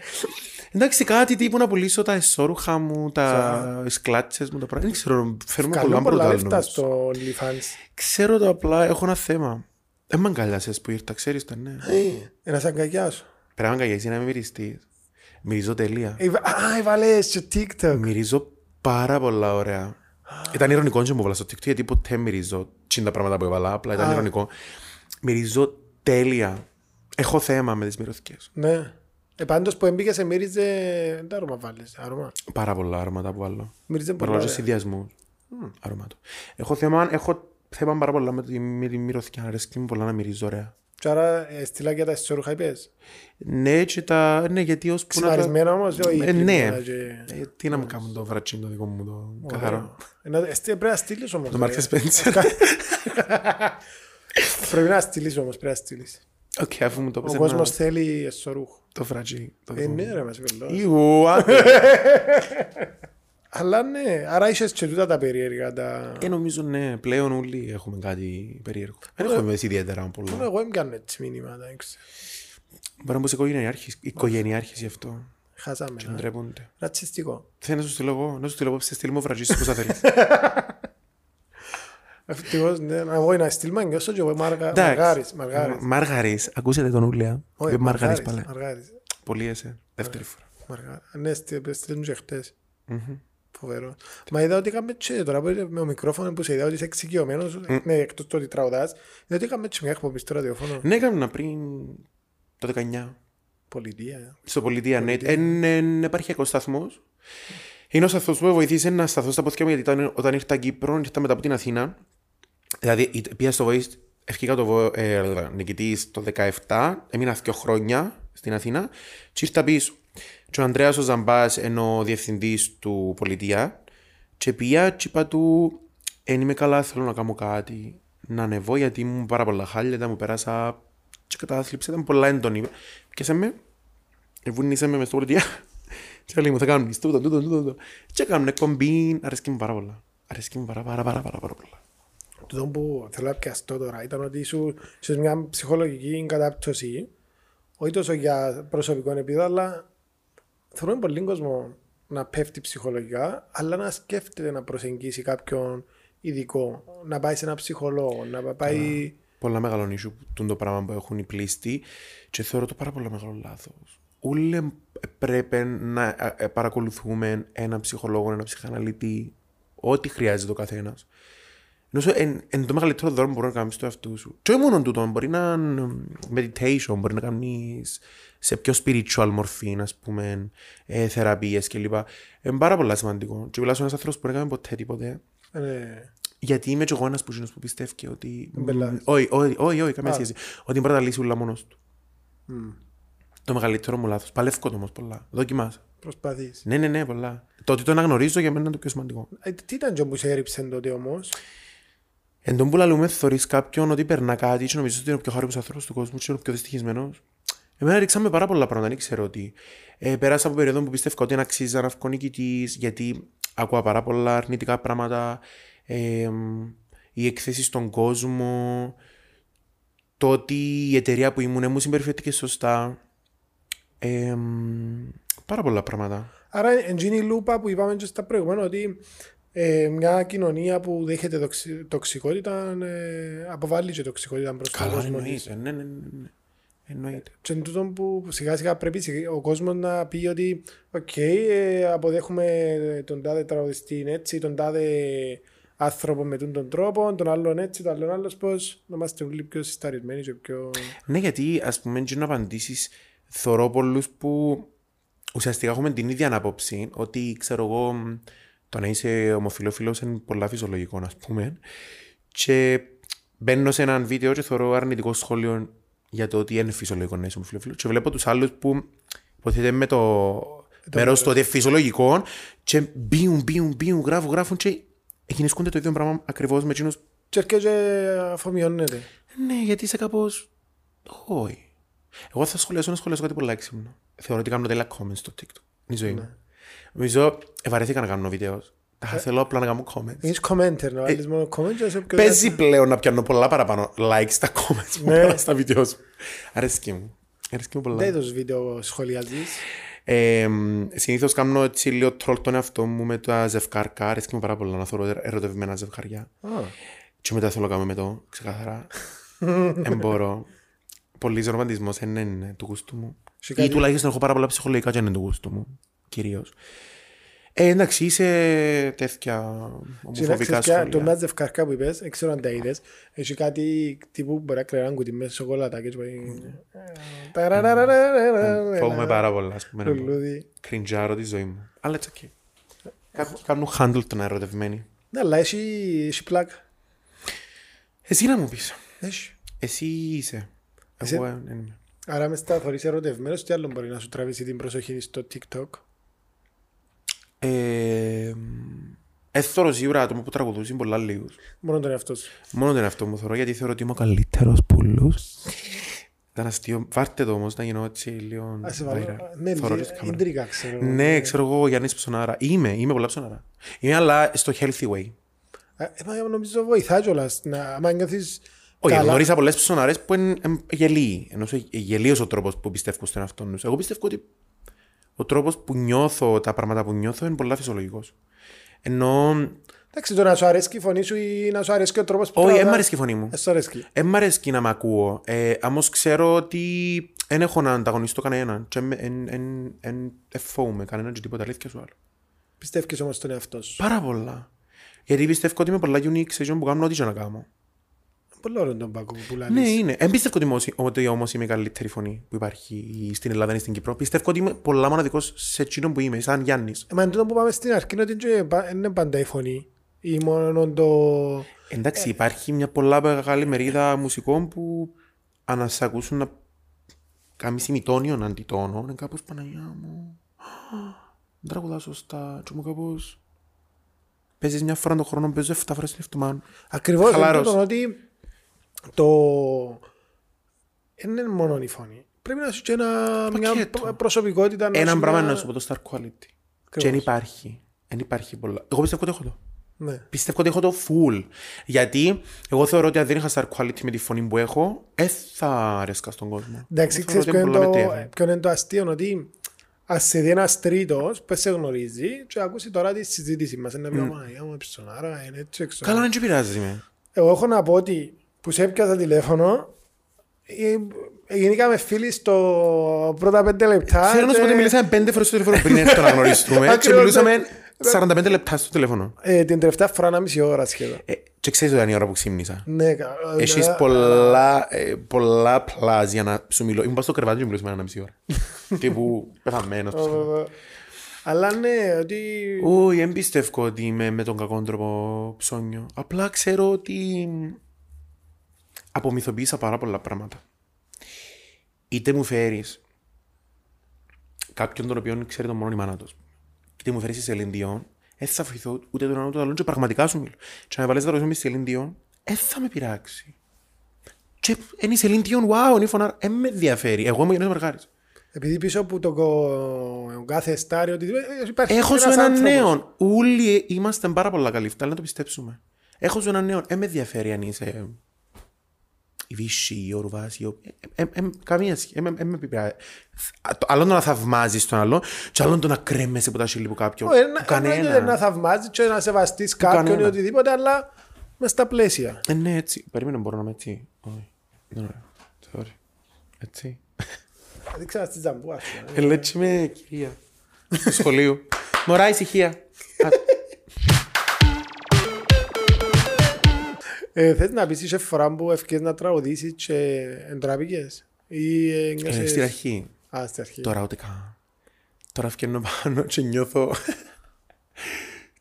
Εντάξει, κάτι τύπου να πουλήσω τα εσώρουχα μου, τα σκλάτσες μου, τα πράγματα. Δεν ξέρω, φέρνουμε Καλό πολλά πολλά μπροτάλ, λεφτά νομίζω. στο OnlyFans. Ξέρω το απλά, έχω ένα θέμα. Δεν με αγκαλιάσες που ήρθα, ξέρεις το, ναι. Ένα αγκαλιάσω. Πρέπει να αγκαλιάσεις να μην μυριστείς. Μυρίζω τελεία. Ε, Α, έβαλε στο TikTok. Μυρίζω πάρα πολλά ωραία. Ήταν ηρωνικό και μου βάλα στο TikTok γιατί ποτέ μυρίζω τσιν τα πράγματα που έβαλα, απλά ήταν ηρωνικό. Μυρίζω τέλεια. Έχω θέμα με τις μυρωδικές. Ναι. Ε, πάντως που έμπηκε σε μύριζε. Δεν τα άρωμα βάλες. Άρωμα. Πάρα πολλά αρώματα που βάλω. Μύριζε Πάρα πολλά. πολλά και ρε. συνδυασμού αρωμάτων. Έχω θέμα, έχω θέμα πάρα πολλά με τη, με τη μυρωδική. Αρέσκει μου πολλά να μυρίζω ωραία. Και άρα ε, στείλα και τα ιστορούχα είπες. Ναι, και τα... ναι γιατί ως που να τα... Ξυπαρισμένα όμως. όχι, Ε, ναι. πλημμύρα και- Ε, τι να μου κάνουν το βρατσίν το δικό μου το καθαρό. Ε, να- ε, στείλ- Πρέπει να στείλεις όμως. Το ρε. Μάρκες Spencer. Πρέπει να στείλεις όμως. Πρέπει να στείλεις. Οκ, αφού μου το πεις. Ο ένα- κόσμος θέλει εσωρούχο. Το βρατσί. το Ε, δικό μου. ναι ρε μας βελό. Ιου, άντε. Αλλά ναι, άρα είχες και τούτα τα περίεργα τα... Ε, νομίζω ναι, πλέον όλοι έχουμε κάτι περίεργο. Δεν έχουμε εμείς ιδιαίτερα πολλά. Μπορεί Εγώ δεν κάνω έτσι μηνύματα, δεν ξέρω. να πω σε οικογενειάρχες, οικογενειάρχες γι' αυτό. Χάσαμε. Δεν ε. τρέπονται. Ρατσιστικό. Θέλω να σου στείλω εγώ, να σου στείλω απόψε, στείλ μου βρατζίσεις που θα θέλεις. Ευτυχώς, ναι, να εγώ να στείλμα και όσο και εγώ μαργα- Εντάξει. μαργάρης, μαργάρης. Μαργαρής, ακούσατε τον Ούλια. Όχι, Είπε Μαργαρής πάλι. Μαργάρης. Πολύ εσέ, δεύτερη φορά. Μαργάρης. Ναι, στείλουν και χτες. Φοβερό. Μα είδα ότι είχαμε και τώρα που είναι με το μικρόφωνο που σε είδα ότι είσαι εξοικειωμένος, ναι, εκτός του ότι τραγουδάς, είδα ότι είχαμε και μια εκπομπή στο ραδιοφωνό. Ναι, έκανα πριν το 19. Πολιτεία. ε. Στο πολιτεία, ναι. Εν, εν, επαρχιακό σταθμός. Είναι ο σταθμός που με βοηθήσε να σταθώ στα πόθηκια μου γιατί ήταν, όταν ήρθα Κύπρο, ήρθα μετά από την Αθήνα. Δηλαδή, εί- πήγα στο Voice, ευκήκα το Vo- ε, νικητή το 17, έμεινα δύο χρόνια στην Αθήνα. Και ήρθα πίσω. Και ο Ανδρέας ο Ζαμπάς, ενώ διευθυντής του πολιτεία, και πήγα και είπα του, «Εν είμαι καλά, θέλω να κάνω κάτι. Να ανεβώ γιατί ήμουν πάρα πολλά χάλια, τα μου πέρασα και κατάθλιψη ήταν πολλά έντονη. Πιάσε με, Βουνήσε Ε, με μες στο πολιτεία. Και λέει μου, θα κάνεις τούτο, τούτο, τούτο, τούτο. Και έκαμε κομπίν. Αρέσκει μου πάρα πολλά. Αρέσκει μου πάρα πάρα πάρα πάρα πάρα πολλά. Τούτο που θέλω να πιαστώ τώρα ήταν ότι σου σε μια ψυχολογική κατάπτωση, όχι τόσο για προσωπικό επίπεδο, αλλά θεωρούμε πολύ κόσμο να πέφτει ψυχολογικά, αλλά να σκέφτεται να προσεγγίσει κάποιον ειδικό, να πάει σε ένα ψυχολόγο, να πάει. Πολλά μεγάλο ίσου τούν το πράγμα που έχουν οι πλήστοι και θεωρώ το πάρα πολύ μεγάλο λάθος. Όλοι πρέπει να ε, ε, παρακολουθούμε έναν ψυχολόγο, έναν ψυχαναλυτή, ό,τι χρειάζεται ο καθένας. Ενώ σου- εν, εν το μεγαλύτερο δώρο που μπορεί να κάνεις στον εαυτό σου. Και όχι μόνο τούτο, μπορεί να είναι meditation, μπορεί να κάνεις σε πιο spiritual μορφή, ας πούμε, ε, θεραπείες κλπ. Είναι πάρα πολύ σημαντικό. Και μιλάς ένας άνθρωπος που δεν έκανε ποτέ τίποτε. Ναι. Γιατί είμαι και εγώ ένας που γίνος που πιστεύει ότι... Μπελάς. Όχι, όχι, όχι, όχι, καμία Α. σχέση. Ότι μπορεί να τα λύσει ούλα μόνος του. Το μεγαλύτερο μου λάθος. Παλεύκω το όμως πολλά. Δοκιμάσαι. Προσπαθείς. Ναι, ναι, ναι, πολλά. Το ότι το αναγνωρίζω για μένα είναι το πιο σημαντικό. Ε, Τι ήταν τζο που σε έριψε τότε όμως. Εν τόν που λαλούμε θωρείς κάποιον ότι περνά κάτι και νομίζω ότι είναι ο πιο χαρούμενος άνθρωπος του κόσμου και είναι ο πιο δυστυχισμένος. Εμένα ρίξαμε πάρα πολλά πράγματα, δεν ξέρω τι. Ε, πέρασα από περίοδο που πίστευα ότι δεν αξίζει να βγω νικητής, γιατί ακούω πάρα πολλά αρνητικά πράγματα, ε, οι εκθέσεις στον κόσμο, το ότι η εταιρεία που ήμουν μου συμπεριφέρθηκε σωστά. Ε, πάρα πολλά πράγματα. Άρα, εντζήνει η λούπα που είπαμε και στα προηγούμενα ότι ε, μια κοινωνία που δέχεται τοξι, τοξικότητα ε, αποβάλλει και τοξικότητα προς τον κόσμο της. εννοείται. Ναι, ναι, ναι, ναι. Εννοείται. Και είναι τούτο που σιγά σιγά πρέπει σι- ο κόσμος να πει ότι οκ, ε, αποδέχουμε τον τάδε τραγουδιστή είναι έτσι, τον τάδε άνθρωπο με τον, τον τρόπο, τον άλλον έτσι, τον άλλον άλλος πώς, να είμαστε όλοι πιο συσταρισμένοι και πιο... Ναι, γιατί ας πούμε, έτσι να απαντήσει, θεωρώ πολλούς που ουσιαστικά έχουμε την ίδια ανάποψη ότι ξέρω εγώ, μ, το να είσαι ομοφυλόφιλο είναι πολλά φυσιολογικό, α πούμε. Και μπαίνω σε έναν βίντεο και θεωρώ αρνητικό σχόλιο για το ότι είναι φυσιολογικό να είσαι ομοφυλόφιλο. Και βλέπω τους άλλους που υποθέτει με το, μέρος του ότι είναι φυσιολογικό και μπίουν, μπίουν, μπίουν, γράφουν, γράφουν και εγγυνισκούνται το ίδιο πράγμα ακριβώς με εκείνους Και έρχεται αφομοιώνεται. ναι, γιατί είσαι κάπως. Όχι. Εγώ θα σχολιάσω να σχολιάσω κάτι πολύ έξυπνο. Θεωρώ ότι κάνω τέλεια comments στο TikTok. Είναι η ζωή Ναι. μου. Νομίζω ευαρέθηκα να κάνω βίντεο. Τα θέλω απλά να κάνω comments. Είσαι commenter, να βάλεις μόνο comment Ε. και να σε ποιος- Ε, Παίζει πλέον να πιάνω πολλά παραπάνω likes στα comments μου Ναι. παρά στα βίντεο σου. Αρέσκει μου. Αρέσκει μου Δεν πολλά. είδος βίντεο σχολιάζεις. Συνήθως κάνω έτσι λίγο τρολ τον εαυτό μου με τα ζευκάρκα. Αρέσκει μου πάρα πολύ να θεωρώ ερωτευμένα ζευγαριά. Και μετά θέλω να κάνω με το, ξεκάθαρα. Δεν μπορώ. Πολύ ρομαντισμό δεν είναι ναι, του γούστου μου. Σε Ή κάτι- τουλάχιστον έχω πάρα πολλά ψυχολογικά και δεν είναι του γούστου μου. Κυρίως. Ε, εντάξει, είσαι τέτοια ομοφοβικά Συνάξεις πια το σχόλια. μια ζευκαρκά που είπες, δεν ξέρω αν τα είδες, έχει κάτι τύπου που μπορεί να κρεβάνε κουτί μέσα σε σοκολάτα και έτσι πάει... Ταραραραραραραρα. Φοβούμαι πάρα πολλά, ας πούμε. να πω. Λουλούδι. Ε, Κριντζάρω τη ζωή μου. Αλλά it's okay. Κάποιοι κάνουν handle τον ερωτευμένοι. Ναι, αλλά έχει έχει πλάκα. Εσύ να μου πεις. Έχει. Εσύ είσαι. Εσύ. Εγώ ε, δεν είμαι. Άρα μες τα θωρείς ερωτευμένος, τι άλλο μπορεί να σου τραβήσει την προσοχή στο TikTok. Ε, Εθώρω σίγουρα άτομα που τραγουδούν είναι πολλά λίγους. Μόνο τον εαυτό σου. Μόνο τον εαυτό μου θεωρώ γιατί θεωρώ ότι είμαι ο καλύτερος πουλούς. Ήταν αστείο. Βάρτε το όμως να γίνω έτσι λίγο Ας σε viral. βάλω. Ναι, Θωρώ λι- τις κάμερες. ιντρίγα ξέρω. Ναι, ξέρω εγώ, ο Γιάννης Ψωνάρα. Είμαι, είμαι πολλά ψωνάρα. Είμαι αλλά στο healthy way. Ε, μα νομίζω βοηθά κιόλας. να- άμα νιώθεις Όχι, καλά. γνώρισα πολλές ψωνάρες που είναι εμ, γελίοι. Ενώ σε- γελίος ο τρόπος που πιστεύω στον εαυτό μου. Εγώ πιστεύω ότι ο τρόπος που νιώθω, τα πράγματα που νιώθω είναι πολλά φυσιολογικός. Ενώ, Εντάξει, το να σου αρέσκει η φωνή σου ή να σου αρέσκει ο τρόπος που όχι, τραγουδάς. δεν μ' αρέσει και η φωνή μου. Ε, σου αρέσκει. Ε, μ' αρέσει να μ' ακούω. Ε, Όμω ξέρω ότι δεν έχω να ανταγωνιστώ κανέναν. Και εν- εν- εν- εν εφόουμε κανέναν και τίποτα αλήθεια σου άλλο. Πιστεύεις όμως τον εαυτό σου. Πάρα πολλά. Γιατί πιστεύω ότι είμαι πολλά unique σε ζώο που κάνω ό,τι και να κάνω. Πολύ ωραίο τον πάγκο που πουλάνεις. Ναι, είναι. Εν πιστεύω ότι, μόσοι- ότι όμως είμαι η καλύτερη φωνή που υπάρχει στην Ελλάδα ή στην Κύπρο. Πιστεύω ότι είμαι πολλά μοναδικός σε εκείνον που είμαι, σαν Γιάννης. Μα εν τούτο που πάμε στην αρχή είναι ότι και πα- είναι πάντα η φωνή. Ή μόνο το... Ε. Εντάξει, υπάρχει μια πολλά μεγάλη μερίδα μουσικών που αν σ' ακούσουν να κάνει ημιτόνιον αντιτόνο, είναι κάπως Παναγιά μου. Δεν τραγουδά σωστά, και μου κάπως... Παίζεις μια φορά τον χρόνο, παίζω 7 φορές την εβδομάδα. Ακριβώς είναι Χαλάρος. τούτο ότι το... Δεν είναι μόνο η φωνή. Πρέπει να σου και ένα, μια Πακέτο. προσωπικότητα. να Ένα σου πράγμα μια- είναι να σου πω το star quality. Και Ακριβώς. δεν υπάρχει. Δεν υπάρχει πολλά. Εγώ πιστεύω ότι έχω το. Ναι. Πιστεύω ότι έχω το full. Γιατί εγώ θεωρώ ότι αν δεν είχα star quality με τη φωνή που έχω, δεν θα αρέσκα στον κόσμο. Εντάξει, Εγώ θεωρώ ξέρεις ποιο είναι, ότι πολλά το, μετριέφα. ποιο είναι το αστείο, ότι ας σε δει ένας τρίτος που σε γνωρίζει και ακούσει τώρα τη συζήτηση μας. Είναι μια μαγιά μου, ψωνάρα, είναι έτσι έξω. Καλά, δεν πειράζει με. Εγώ έχω να πω ότι που σε έπιασα τηλέφωνο, ε, ε, γίνηκαμε φίλοι στο πρώτα πέντε λεπτά. Θέλω να σου πω και, ότι μιλήσαμε πέντε φορές στο τηλέφωνο πριν έρθω να γνωριστούμε και Ακριβώς, ναι. μιλούσαμε 45 λεπτά στο τηλέφωνο. ε, την τελευταία φορά ένα μισή ώρα σχεδόν. Ε, Και ξέρεις ότι ήταν η ώρα που ξύμνησα. Ναι, κα- ε, Έχεις ναι. πολλά, ε, πολλά πλάζ για να σου μιλώ. Ήμουν πας στο κρεβάτι και μιλούσαμε ένα μισή ώρα. Τύπου πεθαμένος. ψυχα. Αλλά ναι, ότι... Ουι, δεν πιστεύω ότι είμαι με τον κακό τρόπο ψώνιο. Απλά ξέρω ότι απομυθοποίησα πάρα πολλά πράγματα. Είτε μου φέρεις κάποιον τον οποίο ξέρει τον μόνο η μάνα τους, είτε μου φέρεις τη Σελήν Διόν, δεν θα βοηθώ ούτε τον έναν ούτε τον άλλον. Και πραγματικά σου μιλώ. Και να με βάλει να με Σελήν Διόν, δεν θα με πειράξει. Και είναι η Σελήν Διόν, wow, είναι η φωνάρα. Δεν με ενδιαφέρει. Εγώ είμαι ο Γιάννης Μαργάρη. Επειδή πίσω από το κο- κάθε στάρι, ότι ε, υπάρχει Έχω σου ένας έναν άνθρωπος. νέο. Όλοι είμαστε πάρα πολλά καλοί. Φτάνει να το πιστέψουμε. Έχω σου έναν νέο. Ε, με ενδιαφέρει αν είσαι. Η Βύση, η Ορβάση. η Ο... Ε, ε, ε, καμία σχέση. Ε, ε, ε, με πειράζει. Α, το- Άλλον το να θαυμάζεις τον άλλον, και άλλον το να κρέμεσαι που τα σύλλη που Ε, κάποιον. να- Που εννοείται να κανένα. θαυμάζεις και να σεβαστείς κάποιον ή κανένα. οτιδήποτε, αλλά μες στα πλαίσια. Ε, ναι, έτσι. Περίμενε, μπορώ να είμαι έτσι. Όχι. Ναι, ωραία. Sorry. Έτσι. Δεν ξέρω Δηλαδή, στη ζαμπούα σου. ε. Ελέτσι με κυρία. Του σχολείου. Μωρά ησυχία. Α, Ε, θες να πεις είσαι φορά που ευκαιρίες να τραγουδήσεις και εντράπηκες ή ε, ε, νιώσες... Στην αρχή. Α, στην αρχή. Τώρα ούτε καν. Τώρα φτιάχνω πάνω και νιώθω...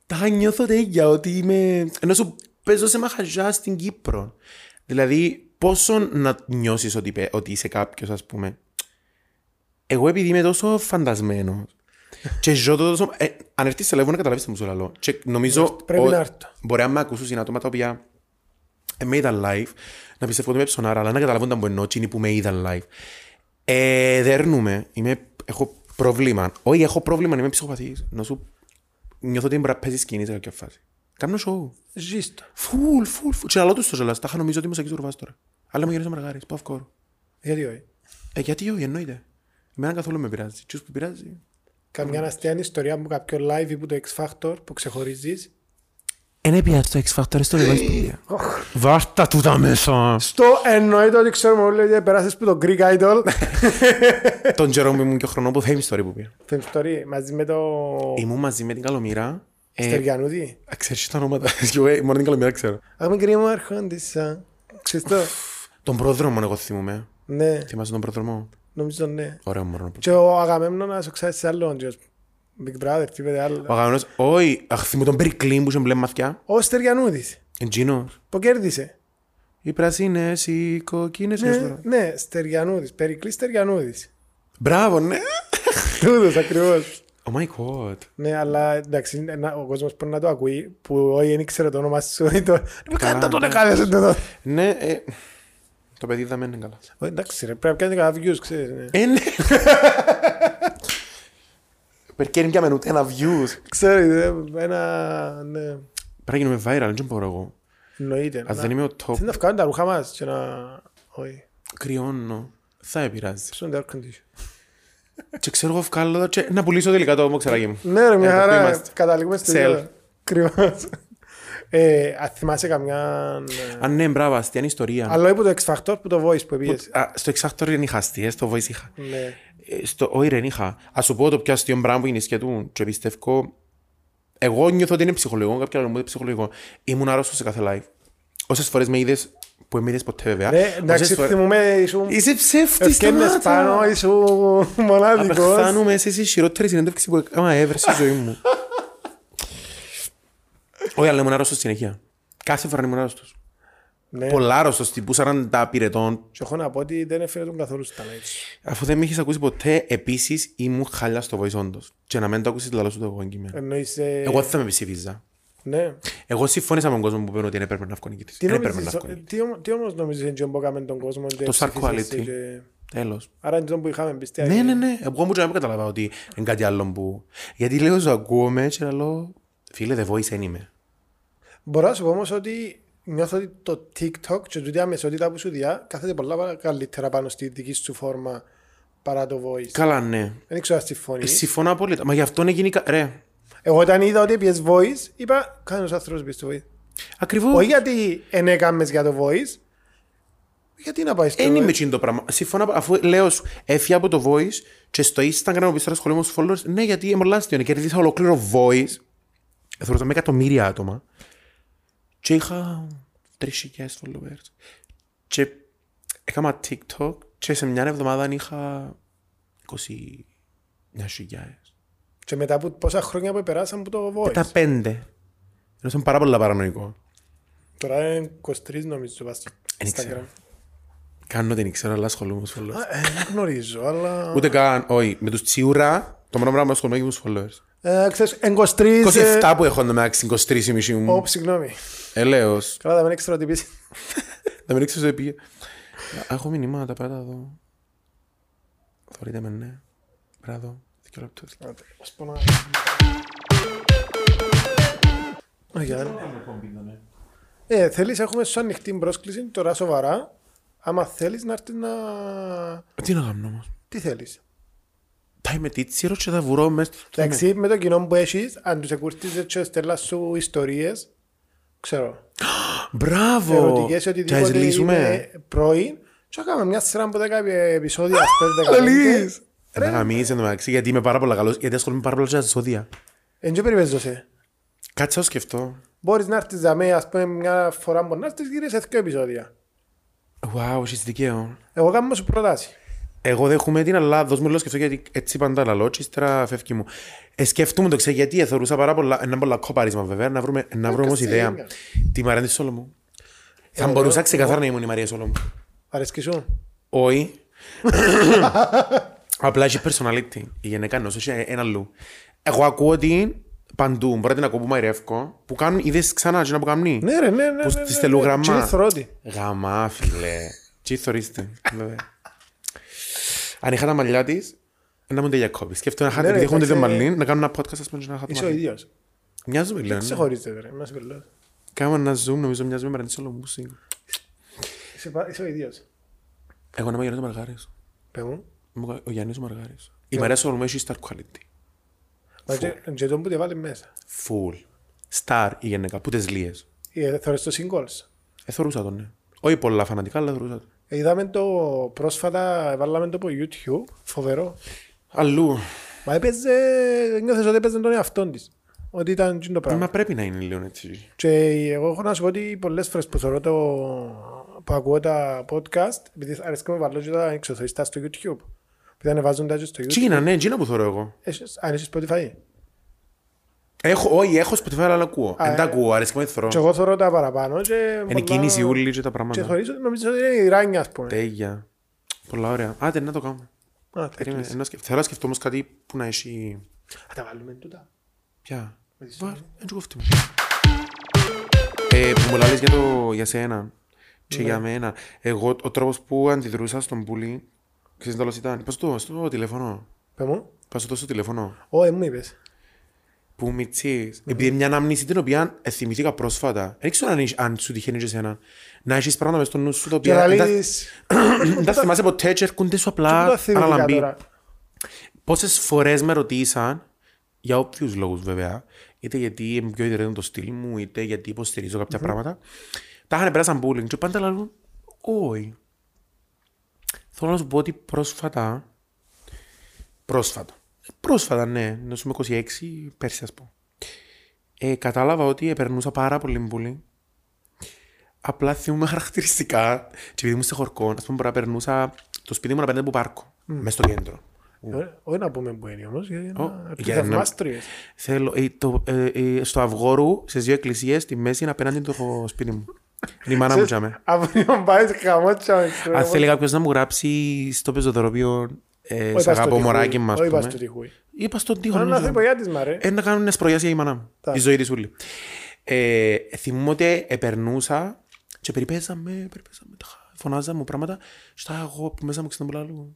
Τα νιώθω τέτοια ότι είμαι... Ενώ σου παίζω σε μαχαζιά στην Κύπρο. Δηλαδή, πόσο να νιώσεις ότι, πε- ότι είσαι κάποιος, ας πούμε. Εγώ επειδή είμαι τόσο φαντασμένος και ζω το τόσο... Ε, αν έρθεις σε λεβό να καταλάβεις τι μου σου λαλώ. Και νομίζω... Πρέπει ο- να έρθω. Μπορεί να με ακούσουν είναι άτομα τα οποία ε, με είδαν live, να πιστεύω ότι είμαι ψωνάρα, αλλά να καταλαβούν τα μπονό, είναι που με είδαν live. Ε, δέρνουμε. Είμαι, έχω πρόβλημα. Όχι, έχω πρόβλημα, είμαι ψυχοπαθής. Να σου νιώθω ότι μπορεί να παίζει σκηνή σε κάποια φάση. Κάνω show. Ζήστο. Φουλ, φουλ, φουλ. Και να τους το ζελάς. Τα είχα νομίζω ότι είμαι σαν Κιζουρβάς τώρα. Αλλά μου γυρίζει ο Μαργάρης. Πάω αυκόρο. Γιατί όχι. Ε, γιατί όχι, εννοείται. Εμένα καθόλου με πειράζει. Τι που πειράζει. Καμιά αστεία ιστορία μου, κάποιο live ή που το X Factor που ξεχωρίζεις. Ένα πειράζει το X-Factor στο λίγο σπίτι. Βάρτα του τα μέσα. Στο εννοείται ότι ξέρουμε όλοι ότι περάσεις που το Greek Idol. Τον Τζερόμι μου και ο χρονό που fame story που πήγα. Fame Story μαζί με το Ήμουν μαζί με την Καλομήρα. ε, Στεριανούδη. Α, Ξέρεις τα ονόματα. Κι εγώ, ε, Μόνο την Καλομήρα ξέρω. Αγμη κρίμα αρχόντισα. Ξέρεις το. Τον πρόδρομο εγώ θυμούμαι. Ναι, Θυμάσαι τον πρόδρομο. νομίζω ναι. Ωραίο μόνο. Και ο Αγαμέμνονας ο ξάδες σε άλλον. και ο Big Brother, τι είπε Ο άλλο. αγαμενός, όχι, αχ, θυμούμαι τον Περικλή που είχε μπλε μαθιά. Ο Στεριανούδης Εντζίνος. που κέρδισε. Οι πράσινες, οι κοκκίνες. Ναι, είναι στο- Ναι, Στεριανούδης, Περικλής Στεριανούδης. Μπράβο, ναι. Τούτος ακριβώς. Oh my god. Ναι, αλλά εντάξει, είναι ένα- ο κόσμος πρέπει να το ακούει που όχι δεν ήξερε το όνομα σου. ή το- «Ρε, Κάντα τον εκάδεσαι το. Ναι, ε, το παιδί δεν είναι καλά. Ε, Εντάξει ρε, πρέπει να κάνει κανένα views, ξέρεις. ναι. Ε, ναι. Περκέρι πια με ούτε ένα views. Ξέρεις, ε, ένα... ναι, Πρέπει να γίνουμε viral, δεν μπορώ εγώ. Εννοείται. Ας να- δεν είμαι ο top, Θέλει να βγάλουν τα ρούχα μας και να... Όχι, κρυώνω. Θα επηρεάζει. ψήνουν τα air condition. Και ξέρω εγώ βγάλω τα και να πουλήσω τελικά το μοξεράκι μου. Ναι ρε, μια Εδώ που χαρά. είμαστε. Καταλήγουμε στο Sell. ίδιο. Κρυβάς. Ε, αν θυμάσαι καμιά... ε, Α, ναι, μπράβο, αστεία είναι ιστορία. Αλλά είπε το X Factor που το voice που πήγες. Α, στο εξάκτορ δεν είχα αστείες, στο voice είχα. Ναι. Ε, Στο όχι ρε, δεν είχα. Ας σου πω το πιο αστείο πράγμα που είναι σκέτου και πιστεύω Εγώ νιώθω ότι είναι ψυχολογικό, κάποια άλλα μου είναι ψυχολογικό. Ήμουν άρρωστος σε κάθε live. Όσες φορές με είδες, που με είδες ποτέ βέβαια. Ρε, Ναι, εντάξει, όσες φορές- θυμούμε, ήσουν... Είσαι ψεύτης, Ευκένες πάνω, ήσουν μοναδικός. Απεχθάνουμε σε εσύ η χειρότερη συνέντευξη που έκανα ever στη ζωή μου. Όχι, αλλά ήμουν άρρωστος συνέχεια. Κάθε φορά ήμουν άρρωστος. Ναι. Πολλά άρρωστος, τύπου 40 πυρετών. Και έχω να πω ότι δεν έφερε τον καθόλου στα live. Αφού δεν με είχες ακούσει ποτέ, επίσης ήμουν χάλια στο voice όντως. Και να μην το ακούσεις λαλό σου το εγώ κείμενο. Εννοείς... ε, Εγώ δεν θα με ψηφίζα. Ναι. Εγώ συμφώνησα με τον κόσμο που είπε ότι δεν έπρεπε να βγω νικητής. Τι Δεν έπρεπε να νομίζεις, ε, βγω νικητής. τι όμ- τι όμως νομίζεις έτσι που έκαμε τον κόσμο και Το star ψηφίσες quality. και- Τέλος. Άρα είναι το που είχαμε πιστεί. Ναι, ναι, ναι. Εγώ μου και να μην καταλαβαίνω ότι είναι κάτι άλλο που... Γιατί λέω, σου ακούω και λέω... Φίλε, the voice δεν είμαι. Μπορώ να σου πω όμως ότι νιώθω ότι το TikTok και τούτη η αμεσότητα που σου διά κάθεται πολλά παρα- καλύτερα πάνω στη δική σου φόρμα παρά το voice. Καλά, ναι. Δεν ξέρω αν συμφωνείς. Συμφωνώ απόλυτα. Μα γι' αυτό έγινε. κα- Ρε. Εγώ όταν είδα ότι πιες voice, είπα κάνεις άνθρωπος πεις το voice. Ακριβώς. Όχι γιατί εν έκαμες για το voice, γιατί να πάεις στο Δεν Ε, είμαι voice. τσιν το πράγμα. Συμφωνώ. Αφού λέω σου, έφυγα από το voice και στο Instagram που ύστερα σχολείο μου στου followers. Ναι, γιατί είμαι λάστιο. Κερδίσα ολόκληρο voice. Θεωρώ με εκατομμύρια άτομα. Και είχα 3.000 followers. Και έκανα TikTok και σε μια εβδομάδα είχα 29.000. Και μετά από πόσα χρόνια που περάσαν από το voice. Ε, Τα πέντε. Ενώ ήταν πάρα πολύ παρανοϊκό. Τώρα είναι 23 νομίζω πας στο Εν Instagram. ήξερα. Κάνω δεν ξέρω, αλλά ασχολούμαι με followers. Α, ε, Δεν γνωρίζω, αλλά... Ούτε καν, όχι. Με τους τσιούρα, το μόνο πράγμα που ασχολούμαι είναι με του followers. Ε, Ξέρεις, εν 23... ε, 27 που έχω να μεταξύ 23 η μισή μου. Ω, συγγνώμη. Ελέω. Καλά, δεν ήξερα ότι πεις. Να μην ήξερα ότι πήγε. Α, Έχω μηνύματα, πέρα εδώ. Θεωρείτε με ναι. Πέρα εδώ. Δύο λεπτό. Άντε, ας πω να- Όχι, αν- Ε, θέλεις, έχουμε σου ανοιχτή πρόσκληση, τώρα σοβαρά. Άμα θέλεις να έρθεις να... Τι να κάνω όμως. Τι θέλεις. Θα είμαι τίτσιρο και θα βουρώ μέσα. στο- Εντάξει, με το κοινό που έχεις, αν τους εκουρτίζεις και στέλνεις σου ιστορίες, ξέρω, Μπράβο. ερωτικές ή Και ας οτιδήποτε λύσουμε. είναι πρώην, και θα κάνουμε μια σειρά από 10 επεισόδια, ας πέντε, Λαλείς. δεκαπέντε. Ε, Να γαμίζεις εν τω μεταξύ, γιατί είμαι πάρα πολύ καλός, γιατί ασχολούμαι πάρα πολύ με τα ζώδια. Εν και περιπέζω σε. Κάτσε να σκεφτώ. Μπορείς να έρθεις δαμέ, ας πούμε, μια φορά μπορείς να έρθεις γύρω σε δύο επεισόδια. Wow, έχεις δικαίωμα. Εγώ κάνω σου προτάση. Εγώ δέχομαι την, αλλά δώσ' μου λίγο σκεφτώ γιατί έτσι πάντα λαλώ και ύστερα φεύγει μου. Ε, σκεφτούμε το ξέρω γιατί ε, θεωρούσα πάρα πολλά, ένα πολλά κόπαρισμα βέβαια, να βρούμε, Ε, να βρούμε όμως καστελίνια. ιδέα. Τη Μαρία της Σολομού. Θα εγώ- μπορούσα ξεκαθαρά να ήμουν η Μαρία Σολομού. Αρέσκει σου. Όχι. Απλά έχει personality. Η γυναίκα ενός έχει ε, ένα αλλού. Εγώ ακούω την παντού. Μπορείτε να ακούω που μαϊρεύκω. Που κάνουν, είδες ξανά και να που κάνουν. Ναι, ρε, ναι, ναι. Που ναι, ναι, στη ναι. στελογραμμά. Και είναι θρότη. Γαμά, φίλε. Τι θεωρείστε, βέβαια. Αν είχα τα μαλλιά της, να μου διακόπη. Σκέφτομαι να είχα Ναι, ρε, επειδή έχουν δύο εντάξει. μαλλί, να κάνω ένα podcast, ας πούμε, και να είχα το Είσαι ο μαλλί. ίδιος. Μοιάζουμε, λέω. ναι. Ξεχωρίζετε, ρε. Μας περιλάβει. Κάμε ένα zoom, νομίζω μοιάζουμε με ραντίσο λομπούσι. Είσαι πα- Είσαι ο ίδιος. Εγώ να είμαι ο Γιάννης ο Μαργάρης. Πες μου. Μου- Ο Γιάννης ο Μαργάρης. Ναι. Η Μαρία Σολομού έχει star quality. Μα και- Και τον που τη βάλει μέσα. Full. Star η γυναίκα, που τις λίες. Ε, Θωρείς το singles. Εθωρούσα τον, ναι. Όχι πολλά φανατικά, αλλά εθωρούσα τον. Ε, Είδαμε το πρόσφατα, βάλαμε το από YouTube, φοβερό. Αλλού. Μα έπαιζε, νιώθες ότι έπαιζε τον εαυτόν της. Ότι ήταν εκείνο το πράγμα. Μα πρέπει να είναι λίγο έτσι. Και εγώ έχω να σου πω ότι πολλές φορές που θεωρώ το που ακούω τα podcast, επειδή αρέσκει να βάλω και τα εξωθοριστά στο YouTube. Επειδή ανεβάζουν τα και στο Τι YouTube. γίνανε, εκείνα ναι, που θεωρώ εγώ. Έχεις- Αν είσαι Spotify. Έχω, όχι, έχω Spotify, αλλά ακούω. Α, Δεν τα ε. ακούω, αρέσκει μου, δεν θωρώ. Και εγώ θεωρώ τα παραπάνω και... Είναι κίνηση ούλη και τα Και πράγματα. θεωρείς ότι νομίζω ότι είναι η ράνια, ας πούμε. Τέλεια. Πολλά ωραία. Άντε, να το κάνουμε. Α, τα Περίμενε. έκλεισε. Ενώ σκεφ- Θέλω να σκεφτώ όμως κάτι που να έχει... Α, τα βάλουμε τούτα. Ποια. Με τις Βάρ, έτσι κοφτή μου. Ε, που μου λάλες για, το, για σένα και για Ναι. μένα. Εγώ, ο τρόπος που αντιδρούσα στον πουλί, ξέρεις τέλος ήταν, πας το στο τηλέφωνο. Πες μου. Πας το στο τηλέφωνο. Ω, ε, μου είπες. Που μιτσείς. Επειδή μια αναμνήση την οποία ε, θυμηθήκα πρόσφατα. Δεν ξέρω αν, έχεις- αν σου τυχαίνει και εσένα. Να έχεις πράγματα μες στο νου σου τα Και οποία... να δεν τα- λύσεις... Δεν τα θυμάσαι ποτέ και έρχονται σου Πού τα απλά θυμηθήκα αναλαμπή. τώρα. Πόσες φορές με ρωτήσαν, για όποιους λόγους βέβαια, είτε γιατί είμαι πιο ιδιαίτερο το στυλ μου, είτε γιατί υποστηρίζω κάποια πράγματα, τα είχαν περάσει σαν bullying. Και πάντα λέγουν, Όχι. Θέλω να σου πω ότι πρόσφατα. Πρόσφατα. Πρόσφατα, ναι. Να σου είμαι 26, πέρσι, ας πω. ε, κατάλαβα ότι επερνούσα πάρα πολύ πολύ. Απλά θυμούμαι χαρακτηριστικά. Και επειδή ήμουν σε χορκό, ας πούμε, μπορεί να περνούσα το σπίτι μου να από πάρκο. Μέσα στο κέντρο. Ε, Όχι να πούμε που είναι όμως, γιατί Ω, είναι για να- θαυμάστριες. Θέλω, ε, το, ε, ε, στο Αυγόρου, σε δύο εκκλησίες, στη μέση είναι απέναντι το σπίτι μου. Είναι η μάνα μου, τζάμε. Αύριο πάει χαμός τσάμε. Αν θέλει κάποιος να μου γράψει στο πεζοδρομίο, ε, σε αγαπώ μωράκι μα. Όχι πας του τυχούι. Είπα στον τοίχο. Θέλω να νομίζω. θέλω για της μα ρε. Ε, να κάνουν μια σπρογιάση για η μάνα μου. Τα. Η ζωή της ούλη. Ε, θυμούμαι ότι επερνούσα και περιπέζαμε, περιπέζαμε, τα χα- φωνάζαμε πράγματα. Στα εγώ που μέσα μου ξέρω πολλά λόγω.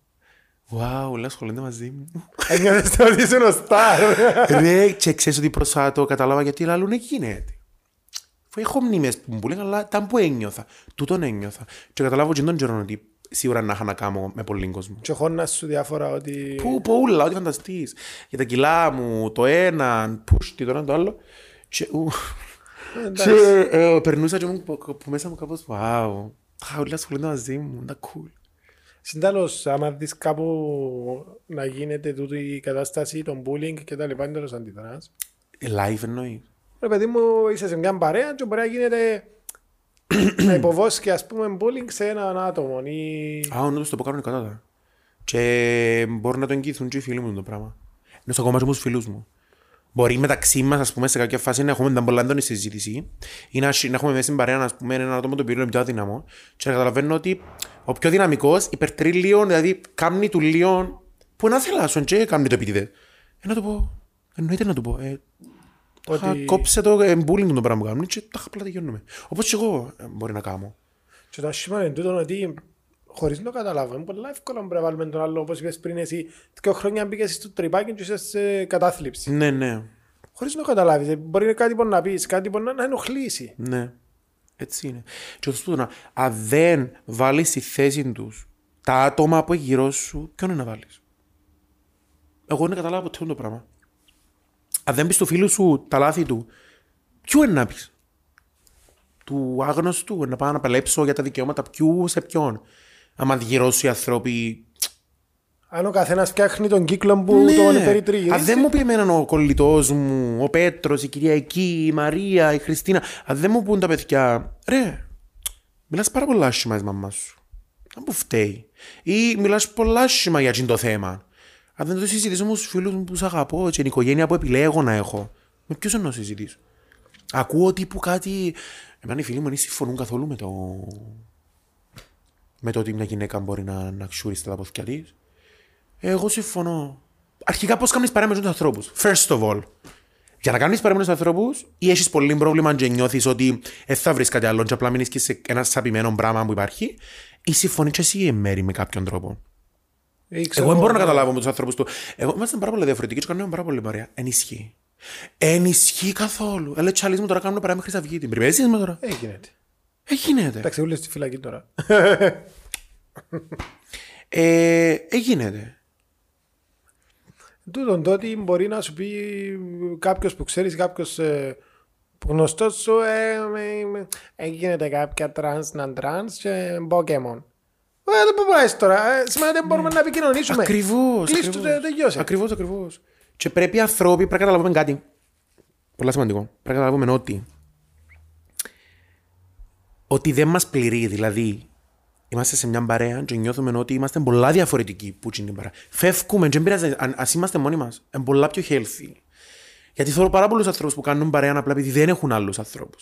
Wow, όλα ασχολούνται μαζί μου. Ένιωθες ότι ήσουν ο Σταρ. Ρε, και ξέρεις ότι προσάτο κατάλαβα γιατί λαλούν γίνεται. Φου έχω μνήμες που μου λένε, αλλά ήταν που ένιωθα. Τούτον ένιωθα. Και καταλάβω και τον καιρό ότι σίγουρα να είχα να κάνω με πολύ κόσμο. Και χώνα σου διάφορα ότι... Πού, πολλά, ό,τι φανταστείς. Για τα κιλά μου, το ένα, πούς, τι το ένα, το άλλο. Και, ου, Εντάξει. και ε, περνούσα και μου, που, που μέσα μου κάπως, wow, τα όλα ασχολούνται μαζί μου, τα cool. Συντάλλως, άμα δεις κάπου να γίνεται τούτη η κατάσταση, τον bullying και τα λοιπά, είναι τέλος αντιδράς. Ε, Live εννοείς. Ρε παιδί μου, είσαι σε μια παρέα και μπορεί να γίνεται να υποβόσκει ας πούμε bullying σε έναν άτομο ή... Α, όντως το πω κάνουν κατάτα. Και μπορούν να το εγγυηθούν και οι φίλοι μου το πράγμα. Ενώ στο κόμμα και με τους φίλους μου. Μπορεί μεταξύ μας, ας πούμε, σε κάποια φάση να έχουμε την πολύ έντονη συζήτηση ή να, σι- να έχουμε μέσα στην παρέα, ας πούμε, έναν άτομο το οποίο είναι πιο αδύναμο. Και να καταλαβαίνω ότι ο πιο δυναμικός υπερτρεί λίγο, δηλαδή κάμνει του λίγο. Που να θελάσουν, και κάμνει το επίτηδε. Ε, να το πω. Εννοείται να το πω. Ε, Ότι- ότι... Κόψε το ε, bullying το πράγμα που κάνουν και τα απλά τελειώνουμε. Όπως και εγώ ε, μπορεί να κάνω. Και το ασχήμα είναι τούτο ότι χωρίς να το καταλάβω, είναι πολύ εύκολο να πρέπει να βάλουμε τον άλλο, όπως είπες πριν εσύ, δύο χρόνια μπήκες στο τρυπάκι και είσαι σε κατάθλιψη. Ναι, ναι, Χωρίς να το καταλάβεις, ε, μπορεί να κάτι μπορεί να πεις, κάτι μπορεί να- να ενοχλήσει. Ναι. Έτσι είναι. Και αυτό να. Αν δεν βάλεις στη θέση τους τα άτομα που έχει γύρω σου, ποιον είναι να βάλεις. Εγώ δεν καταλάβω ποτέ το πράγμα. Αν δεν πεις του φίλου σου τα λάθη του, ποιου είναι να πεις. Του άγνωστου, να πάω να παλέψω για τα δικαιώματα ποιου σε ποιον. Άμα γύρω σου οι άνθρωποι. Αν ο καθένας φτιάχνει τον κύκλο που τον περιτριγυρίζει. Αν Ναι. δεν μου πει εμένα ο κολλητός μου, ο Πέτρος, η κυρία εκεί, η Μαρία, η Χριστίνα, αν δεν μου πούν τα παιδιά, ρε, μιλάς πάρα πολλά άσχημα της μαμάς σου. Αν που φταίει. Ή μιλάς πολλά άσχημα για τζιν το θέμα. Αν δεν το συζητήσω με τους φίλους μου που σ' αγαπώ, και την οικογένεια που επιλέγω να έχω, με ποιους να συζητήσω. Ακούω τύπου κάτι. Εμένα οι φίλοι μου δεν συμφωνούν καθόλου με το. με το ότι μια γυναίκα μπορεί να, να ξουρίσει τα πόθηκια τη. Ε, Εγώ συμφωνώ. Αρχικά, πώς κάνεις παρέα με του ανθρώπους. First of all. Για να κάνεις παρέα με του ανθρώπους, ή έχεις πολύ πρόβλημα και νιώθεις ότι δεν θα βρεις κάτι άλλο, και απλά μείνεις και σε ένα σαπημένο πράγμα που υπάρχει, ή συμφωνείς και εσύ εν μέρη με κάποιον τρόπο. Ε, ξέρω Εγώ δεν μπορώ να καταλάβω με τους ανθρώπου του. Εγώ είμαστε πάρα πολύ διαφορετικοί και κάνουμε πάρα πολύ παρέα. Ενισχύει. Ενισχύει καθόλου. Έλα, τσαλίς μου τώρα κάνουμε παρέα με Χρυσαυγή. Την περιπέζει με τώρα. Ε, γίνεται. Ε, γίνεται. Εντάξει, ούλες στη φυλακή τώρα. Ε, ε, γίνεται. Τούτον το ότι μπορεί να σου πει κάποιος που ξέρεις, κάποιος ε, γνωστός σου, ε, ε, ε, ε, γίνεται κάποια τρανς να τρανς και Pokemon. Ε, δεν μπορούμε να είσαι τώρα. Ε, Σήμερα δεν μπορούμε να επικοινωνήσουμε. Ακριβώς. Κλείστο, τε- τελειώσε. Ακριβώς, ακριβώς. Και πρέπει οι άνθρωποι πρέπει να καταλάβουμε κάτι. Πολύ σημαντικό. Πρέπει να καταλάβουμε ότι. Ότι δεν μας πληρεί. Δηλαδή, είμαστε σε μια παρέα και νιώθουμε ότι είμαστε πολλά διαφορετικοί που είναι η παρέα. Φεύγουμε, και δεν πειράζει. Αν ας είμαστε μόνοι μας, είναι πολλά πιο healthy. Γιατί θέλω πάρα πολλούς ανθρώπους που κάνουν παρέα απλά επειδή δεν έχουν άλλους ανθρώπους.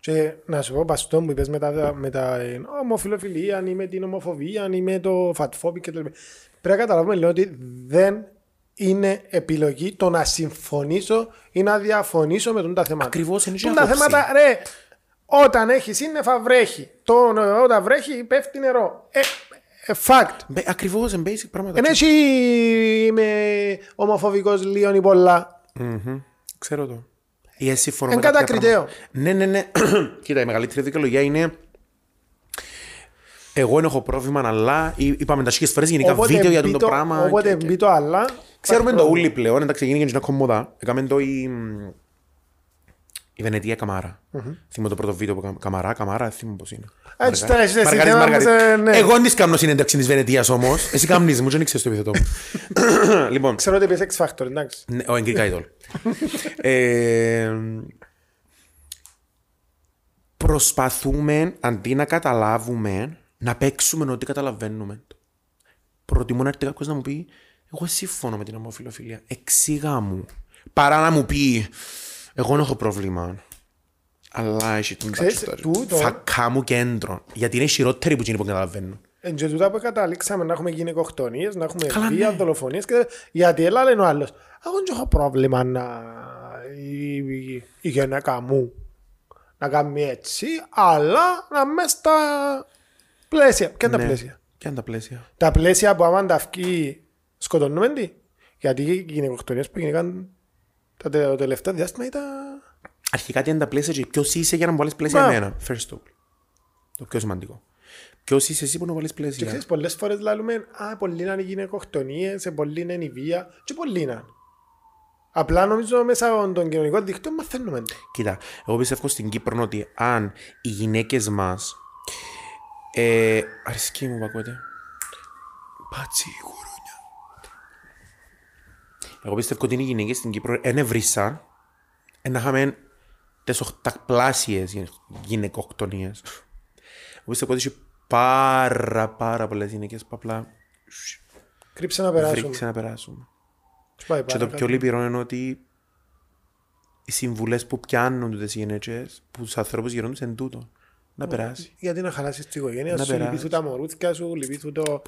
Και να σου πω, παστό μου είπες με τα, με τα ε, ομοφιλοφιλία, αν είμαι την ομοφοβία, αν είμαι το φατφόμπι κτλ. Πρέπει να καταλάβουμε λέω ότι δεν είναι επιλογή το να συμφωνήσω ή να διαφωνήσω με τον τα θέματα. Ακριβώς, είναι και Τούν τα άποψη. θέματα, ρε, όταν έχει σύννεφα βρέχει. Το, όταν βρέχει πέφτει νερό. Ε, ε, fact. Ακριβώ, είναι basic πράγματα. Εν έχει είμαι ομοφοβικός λίον ή πολλά. Ξέρω το. Ή Ε, εσύ φορώ Εν με κάποια κατακριτέο. πράγματα. Ναι, ναι, ναι. Κοίτα, η μεγαλύτερη δικαιολογία είναι. Εγώ δεν έχω πρόβλημα, αλλά ή- είπαμε τα σχέσει φορές γενικά βίντεο για μπει το πράγμα. Οπότε και- και- μπει το αλλά. Ξέρουμε το ούλι πλέον, εντάξει, έγινε και μια κομμωδά. Έκαμε το η... Η Βενετία Καμάρα. Θυμώ το πρώτο βίντεο που έκανα. Καμαρά, Καμάρα, θυμώ πώς είναι. Έτσι τώρα, εσύ, εσύ, Μαργαρίτης, θέμα Μαργαρίτης. μας, ε, ναι. Εγώ δεν της κάνω συνέντευξη της Βενετίας όμως. Εσύ κάμνεις μου, δεν ξέρει το επιθετό μου. λοιπόν, Ξέρω ότι είπες X Factor, εντάξει. ναι, ο Greek Idol. ε, προσπαθούμε αντί να καταλάβουμε, να παίξουμε ότι καταλαβαίνουμε. Προτιμώ να έρθει κάποιος να μου πει Εγώ σύμφωνο με την ομοφιλοφιλία. Εξήγα μου. Παρά να μου πει Εγώ δεν έχω πρόβλημα. Αλλά έχει τον Ξέρεις, backstory. τούτο- Φακά μου κέντρο. Γιατί είναι χειρότερη που εκείνη που καταλαβαίνουν. Εν και τούτα που καταλήξαμε να έχουμε γυναικοκτονίες, να έχουμε Καλά, βία, ναι. δολοφονίες και γιατί έλα λένε ο άλλος «Εγώ δεν έχω πρόβλημα να η, η- η γυναίκα μου να κάνει έτσι, αλλά να είμαι στα πλαίσια». Ποια είναι τα Ναι. πλαίσια. Ποια είναι τα πλαίσια. Τα πλαίσια που άμα τα αυκεί σκοτώνουμε τι. Γιατί οι γυναικοκτονίες που γίνηκαν τα τε- το τελευταίο διάστημα ήταν... Αρχικά τι είναι τα πλαίσια και ποιος είσαι για να μου βάλεις πλαίσια Μπράβο. εμένα. First of all. Το πιο σημαντικό. Ποιος είσαι εσύ που να μου βάλεις Και πλαίσια. ξέρεις, πολλές φορές λέμε, α, πολλοί είναι οι γυναικοκτονίες, σε πολλοί είναι η βία, και πολλοί είναι. Απλά νομίζω μέσα από τον κοινωνικό δίκτυο μαθαίνουμε. το. Κοίτα, εγώ πιστεύω στην Κύπρο ότι αν οι γυναίκες μας. Ε, αρισκή μου, που ακούτε. Πάτσι, γουρούνια. Εγώ πιστεύω ότι είναι οι γυναίκες στην Κύπρο δεν βρίσαν. Ένα είχαμε τι οχταπλάσιε γυναικοκτονίες. Εγώ πιστεύω ότι έχει πάρα πάρα πολλές γυναίκες που απλά Κρύψε να βρίξε περάσουμε. να περάσουν. Και πάει Και το παρακάτω. πιο λυπηρό είναι ότι οι συμβουλές που πιάνουν τι γυναίκες, που του ανθρώπου γύρω του είναι τούτο. Να περάσει. Γιατί να χαλάσεις την οικογένεια Να σου, περάσεις. λυπηθούν τα μωρούθια σου, λυπηθούν το...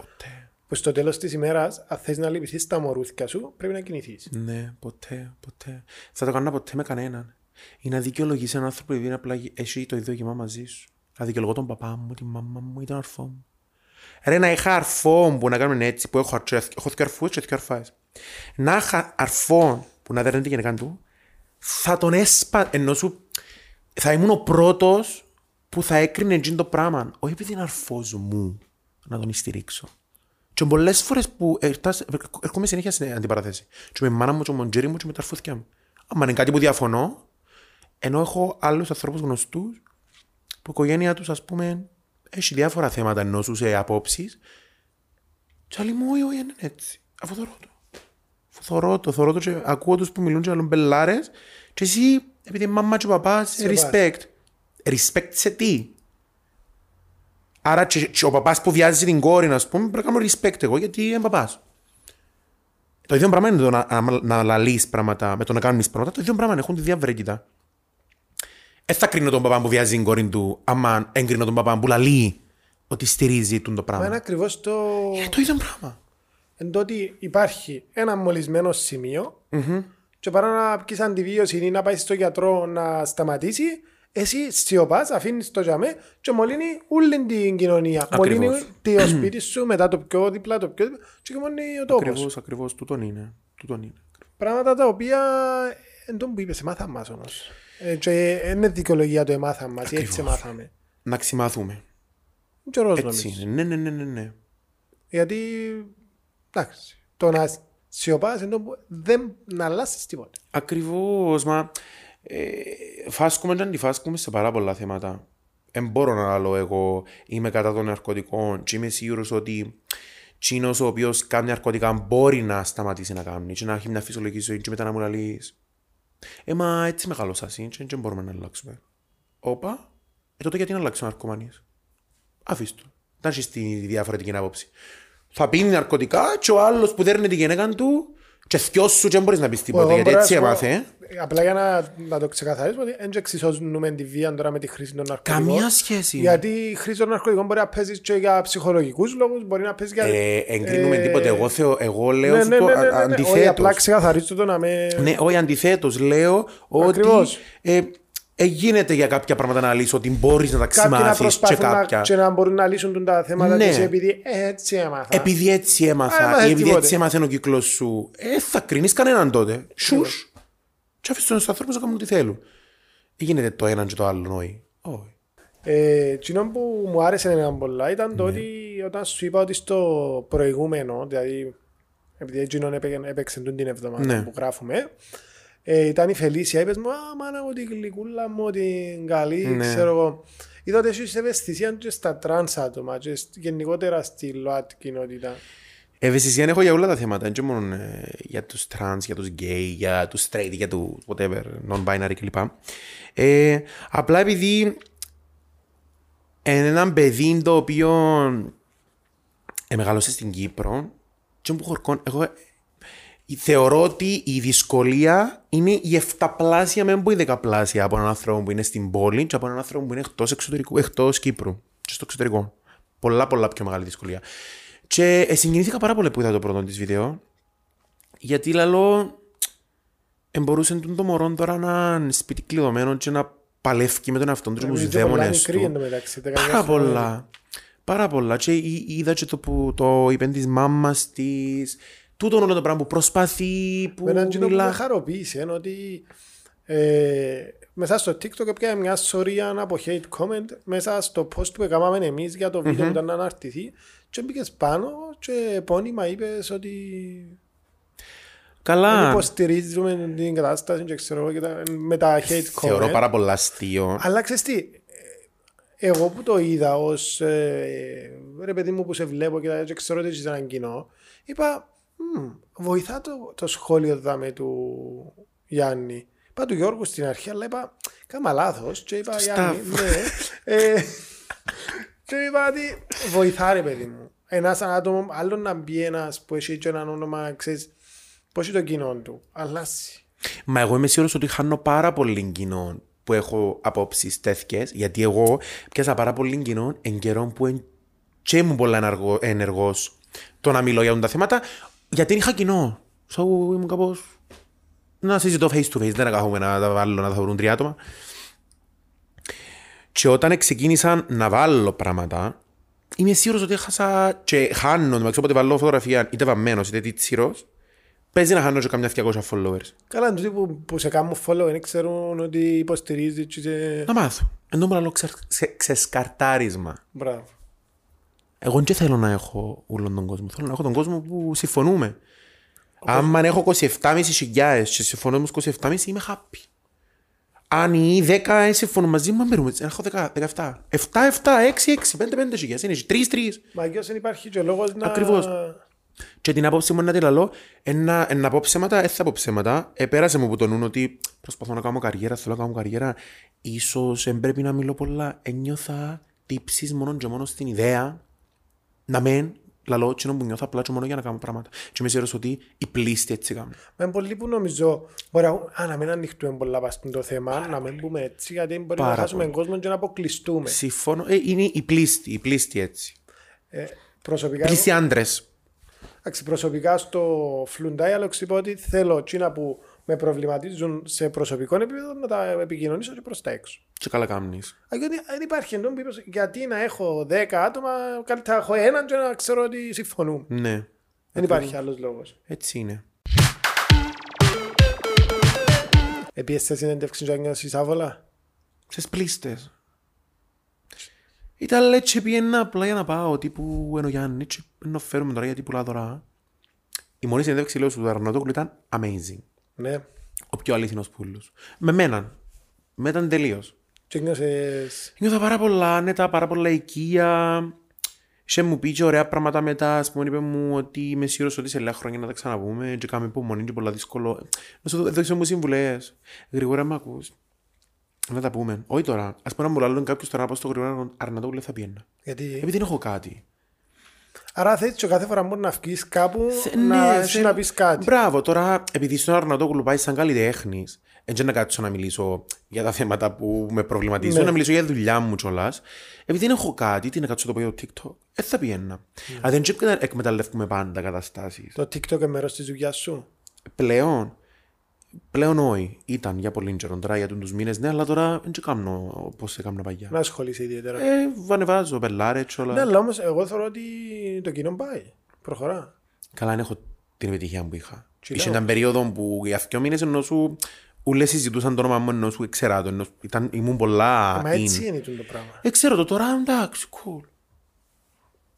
Που στο τέλος της ημέρας, αν θες να λυπηθείς τα μωρούθια σου, πρέπει να κινηθείς. Ναι, ποτέ, ποτέ. Θα το κάνω ποτέ με κανέναν. Ή να δικαιολογείς έναν άνθρωπο επειδή είναι απλά γι- έχει το ίδιο γεμά μαζί σου. Να δικαιολογώ τον παπά μου, τη μαμά μου ή τον αρφό μου. Ρε να είχα αρφό μου που να κάνουν έτσι, που έχω, αρτσέ- έχω δύο αρφούς και δύο αρφάε. Να είχα αρφό που να δέρνει τη γενικά του, θα τον έσπα. ενώ σου. Θα ήμουν ο πρώτος που θα έκρινε εκείνο το πράγμα. Όχι επειδή είναι αρφός μου να τον στηρίξω. Και πολλές φορές που ερτάς- έρχομαι συνέχεια στην αντιπαραθέση. Και με μάνα μου, και με τον τζέρι μου, και με τα αρφούθια μου. Άμα είναι κάτι που διαφωνώ, ενώ έχω άλλους ανθρώπους γνωστούς που η οικογένεια τους, ας πούμε, έχει διάφορα θέματα ενώ σου σε απόψεις. Και άλλοι μου, όχι, όχι, δεν είναι ναι, έτσι. Αφού θωρώ το. Αφού θωρώ το, θωρώ το και ακούω τους που μιλούν και άλλων μπελάρες. Και εσύ, επειδή η μαμά και ο παπάς, βάζει. respect. Respect σε τι. Άρα και, και ο παπάς που βιάζει την κόρη, ας πούμε, πρέπει να κάνω respect εγώ γιατί είμαι παπάς. Το ίδιο πράγμα είναι το να, να, να λαλείς πράγματα με το να κάνεις πράγματα. Το ίδιο πράγμα είναι, έχουν τη διαβρέκητα. Ε, θα κρίνω τον παπά που βιάζει την κόρη του, άμα έγκρινω τον παπά που λαλεί ότι στηρίζει τον το Μα είναι πράγμα. ακριβώς το... Ναι. Ε, το ίδιο πράγμα. Εν τότε υπάρχει ένα μολυσμένο σημείο και παρά να πεις αντιβίωση ή να πάεις στο γιατρό να σταματήσει, εσύ σιωπάς, αφήνεις το για μέ και μολύνει όλη την κοινωνία. Ακριβώς. Μολύνει το σπίτι σου, μετά το πιο δίπλα, το πιο δίπλα και μολύνει ο τόπος. Ακριβώς, ακριβώς. Τούτον είναι. Τούτον είναι. Πράγματα τα οποία εν τόν που είπες, εμάθα μας όμως. Ε, και δεν είναι δικαιολογία το εμάθα μας, ή έτσι Ακριβώς. εμάθαμε. Να ξημαθούμε. Και ρος Έτσι νομίζω. είναι. Ναι, ναι, ναι, ναι. ναι. Γιατί, εντάξει, το να σιωπάς εν τόν που δεν να αλλάσεις τίποτα. Ακριβώς, μα. Ε, φάσκουμε και αντιφάσκουμε σε πάρα πολλά θέματα. Δεν μπορώ να λέω εγώ είμαι κατά των ναρκωτικών και είμαι σίγουρος ότι τσίνος ο οποίος κάνει ναρκωτικά μπορεί να σταματήσει να κάνει και να έχει μια φυσιολογική ζωή και μετά να μου λαλείς Ε, μα έτσι μεγάλωσα εσύ και δεν μπορούμε να αλλάξουμε. Όπα, ε, τότε γιατί να αλλάξει ο ναρκωμανής. Αφήστε το. Να έχεις τη διαφορετική άποψη. Θα πίνει ναρκωτικά και ο άλλος που δέρνει τη γυναίκα του και θκιός σου και δεν μπορείς να πεις τίποτα Εγώ γιατί μπορώ να έτσι σου πω, έμαθε. ε. Απλά για να, να το ξεκαθαρίσουμε, ότι δεν εξισώνουμε τη βία τώρα με τη χρήση των ναρκωτικών. Καμία σχέση. Γιατί η χρήση των ναρκωτικών μπορεί να παίζεις και για ψυχολογικούς λόγους, μπορεί να παίζεις για. Ε, εγκρίνουμε ε, τίποτα. Εγώ, θεω, εγώ λέω ναι, ναι, ναι, ναι, ναι, ναι, ναι, Όχι, αντιθέτω. απλά ξεκαθαρίσω το να με. Ναι, όχι αντιθέτως. Λέω ότι. Ακριβώς. Ε, ε, γίνεται για κάποια πράγματα να λύσει ότι μπορείς να τα κάποιοι να ξημάθεις και προσπαθούν να, κάποια. και να μπορούν να λύσουν τα θέματα Ναι. τους επειδή έτσι έμαθα. Επειδή έτσι Α, έμαθα έμαθες ή επειδή τίποτε. έτσι έμαθε ο κύκλος σου, ε, θα κρίνεις κανέναν τότε. Σου. Και αφήσεις τους ανθρώπους να κάνουν ό,τι θέλουν. Ε, γίνεται το έναν και το άλλο, όχι. Όχι. Ε, Τσινό που μου άρεσε ένα πολλά ήταν το Ναι. ότι όταν σου είπα ότι στο προηγούμενο, δηλαδή επειδή Τσινόν έπαιξε τούτη την εβδομάδα Ναι. που γράφουμε, Ε, ήταν η Φελίσια, είπες μου, α, μάνα μου, την γλυκούλα μου, την καλή, Ναι. ξέρω εγώ. Είδα ότι έχεις ευαισθησία και στα τρανς άτομα και σ- γενικότερα στη ΛΟΑΤ κοινότητα. Ευαισθησία έχω για όλα τα θέματα. Δεν και μόνο ε, για τους trans, για τους gay, για τους straight, για του whatever, non-binary κλπ. Ε, απλά επειδή είναι ένα παιδί το οποίο ε, μεγαλώσε στην Κύπρο, και μου χορκών, εγώ ε, θεωρώ ότι η δυσκολία είναι η εφταπλάσια με που η δεκαπλάσια από έναν άνθρωπο που είναι στην πόλη και από έναν άνθρωπο που είναι εκτός, εξωτερικού, εκτός Κύπρου και στο εξωτερικό. Πολλά πολλά πιο μεγάλη δυσκολία. Και ε, συγκινήθηκα πάρα πολύ που είδα το πρώτο της βίντεο γιατί λαλό εμπορούσε το μωρό τώρα να είναι σπίτι κλειδωμένο και να παλεύει με τον εαυτό του και με τους Νομίζω Ε, πολλά δαίμονες μικρή του. εντωμεταξύ. Πάρα πολλά. Πάρα πολλά. Και εί- είδα και το που το είπε της μάμας της. Τούτον όλο το πράγμα που προσπαθεί, που Με έναν κοινό που με μιλά. χαροποίησε είναι ότι ε, μέσα στο TikTok έπιανε μια σωρία από hate comment μέσα στο post που έκαναμε εμείς για το βίντεο που ήταν να αναρτηθεί και μπήκες πάνω και επώνυμα είπες ότι δεν Καλά. υποστηρίζουμε την κατάσταση και ξέρω εγώ και τα- με τα hate Θεωρώ comment. πάρα πολύ αστείο. Αλλά ξέρεις τι, ε, εγώ που το είδα ως ε, ρε παιδί μου που σε βλέπω και, τα- και ξέρω ότι έχεις έναν κοινό, είπα «Μμμ, βοηθά το, το σχόλιο δάμε του Γιάννη. Είπα του Γιώργου στην αρχή, αλλά είπα κάμα λάθος και είπα Το Γιάννη, staff. ναι. Ε, και είπα ότι βοηθά ρε παιδί μου. Ένας άτομο, άλλο να μπει ένας που έχει και έναν όνομα, ξέρεις, πώς είναι το κοινό του, αλλάζει. Μα εγώ είμαι σίγουρος ότι χάνω πάρα πολύ κοινό που έχω απόψεις τέτοιες, γιατί εγώ πιάσα πάρα πολύ κοινό εν καιρών που εν... και ήμουν πολύ ενεργό το να μιλώ για όλα τα θέματα, γιατί είχα κοινό. So, ήμουν κάπως. Να συζητώ face to face, δεν κάθομαι να τα βάλω να τα βρουν τρία άτομα. Και όταν ξεκίνησαν να βάλω πράγματα, είμαι σίγουρος ότι έχασα. και χάνω. μεταξύ όποτε βάλω φωτογραφία, είτε βαμμένος είτε τίτσιρο, παίζει να χάνω και καμιά 200 followers. Καλά, τούτοι που, που σε κάνουν follow δεν ξέρουν ότι υποστηρίζεις και σε... Να μάθω. Ενώ μου λαλό ξε, ξε- ξεσκαρτάρισμα. Μπράβο. Εγώ δεν θέλω να έχω όλον τον κόσμο. Θέλω να έχω τον κόσμο που συμφωνούμε. Αν έχω 27,5 χιλιάδες και συμφωνώ με τους 27,5 είμαι happy. Αν οι 10 δεν συμφωνούν μαζί μου, αν μπαίνουμε, έτσι, έχω 10, 17. 7, 7, 6, 6, 5, 5 χιλιάδες. Είναι 3, 3. Μα αλλιώς δεν υπάρχει και ο λόγος να... Ακριβώς. Και την απόψη μου να τη λαλώ, ένα, ένα ε, από ψέματα, έθα από ψέματα. Επέρασε μου που το νου ότι προσπαθώ να κάνω καριέρα, θέλω να κάνω καριέρα. Ίσως εν πρέπει να μιλώ πολλά. Ένιωθα τύψεις μόνο και μόνος στην ιδέα να μεν λαλώ τσινό που νιώθω απλά και μόνο για να κάνω πράγματα. Και με σύρωσε ότι οι πλήστοι έτσι κάνουν. Με πολλοί που νομίζω μπορεί να- α, να μην ανοιχτούμε πολλά πάνω στο θέμα, να μην πούμε έτσι, γιατί μπορεί Πάρα να χάσουμε πολύ. κόσμο και να αποκλειστούμε. Συμφωνώ. Ε, είναι οι πλήστοι, οι πλήστοι έτσι. Ε, προσωπικά, Πλήστοι άντρες. εντάξει, προσωπικά στο Φλουντάι, αλλά είπα ότι θέλω εκείνα που με προβληματίζουν σε προσωπικό επίπεδο να τα επικοινωνήσω και προς τα έξω. Και καλά κάνεις. Α, Γιατί δεν υπάρχει εντός που είπες, γιατί να έχω 10 άτομα, καλύτερα έχω έναν και να ξέρω ότι συμφωνούμε. Ναι. Δεν υπάρχει άλλος λόγος. Έτσι είναι. Επίσης σε συνέντευξη και νιώσεις άβολα. Στις πλήστες. Ήταν λέει και πήγαινα απλά για να πάω τύπου ενώ Γιάννη και ενώ φέρουμε τώρα γιατί πουλά δωρά. Η μόνη συνέντευξη λέω του Αρνοτόκλου ήταν amazing. Ναι. Ο πιο αλήθινος πουλός. Με μέναν. Με ήταν τελείως. Και νιώσες... Νιώθα πάρα πολλά άνετα, πάρα πολλά οικεία. Σε μου πει και ωραία πράγματα μετά. Ας πούμε, είπε μου ότι είμαι σίγουρος ότι σε λίγα χρόνια να τα ξαναβούμε. Και κάμε υπομονή και πολλά δύσκολο. Να σου δω- δώσε μου συμβουλές. Γρήγορα με ακούς. Να τα πούμε. Όχι τώρα. Ας πούμε, να μου λάλλον κάποιος τώρα να πάω στο γρήγορα Αρνατόπουλο θα πιένα. Ε, Γιατί... Επειδή δεν έχω κάτι. Άρα θες και κάθε φορά μπορεί να βγεις κάπου Θε- να, ναι, εσύ θε- Ε, να πεις κάτι. Μπράβο, τώρα επειδή στον Αρνατόπουλο πάει σαν καλλιτέχνης, έτσι να κάτσω να μιλήσω για τα θέματα που με προβληματίζουν, Ναι. να μιλήσω για τη δουλειά μου κιόλας. Επειδή δεν έχω κάτι, τι να κάτσω να το πω για το TikTok, δεν θα πιένα. Ναι. Αλλά δεν τσέπ- εκμεταλλεύουμε πάντα καταστάσεις. Το TikTok είναι μέρος της δουλειάς σου. Πλέον, πλέον όχι. Ήταν για πολύ καιρό τώρα, για τους μήνες, ναι, αλλά τώρα δεν κάνω όπω έκανα παλιά. Να ασχολείσαι ιδιαίτερα. Ε, βανεβάζω, πελάρε, τσόλα. Ναι, αλλά όμως εγώ θεωρώ ότι το κοινό πάει. Προχωρά. Καλά, αν έχω την επιτυχία που είχα. Τι Είχε λέω. έναν περίοδο που για δυο μήνες ενώ σου ούλες συζητούσαν το όνομα μου ενώ σου ξέρα το. Ενώ σου- ήταν, ήμουν πολλά Μα in. έτσι είναι τούτο το πράγμα. Ε, ξέρω το τώρα, εντάξει, cool.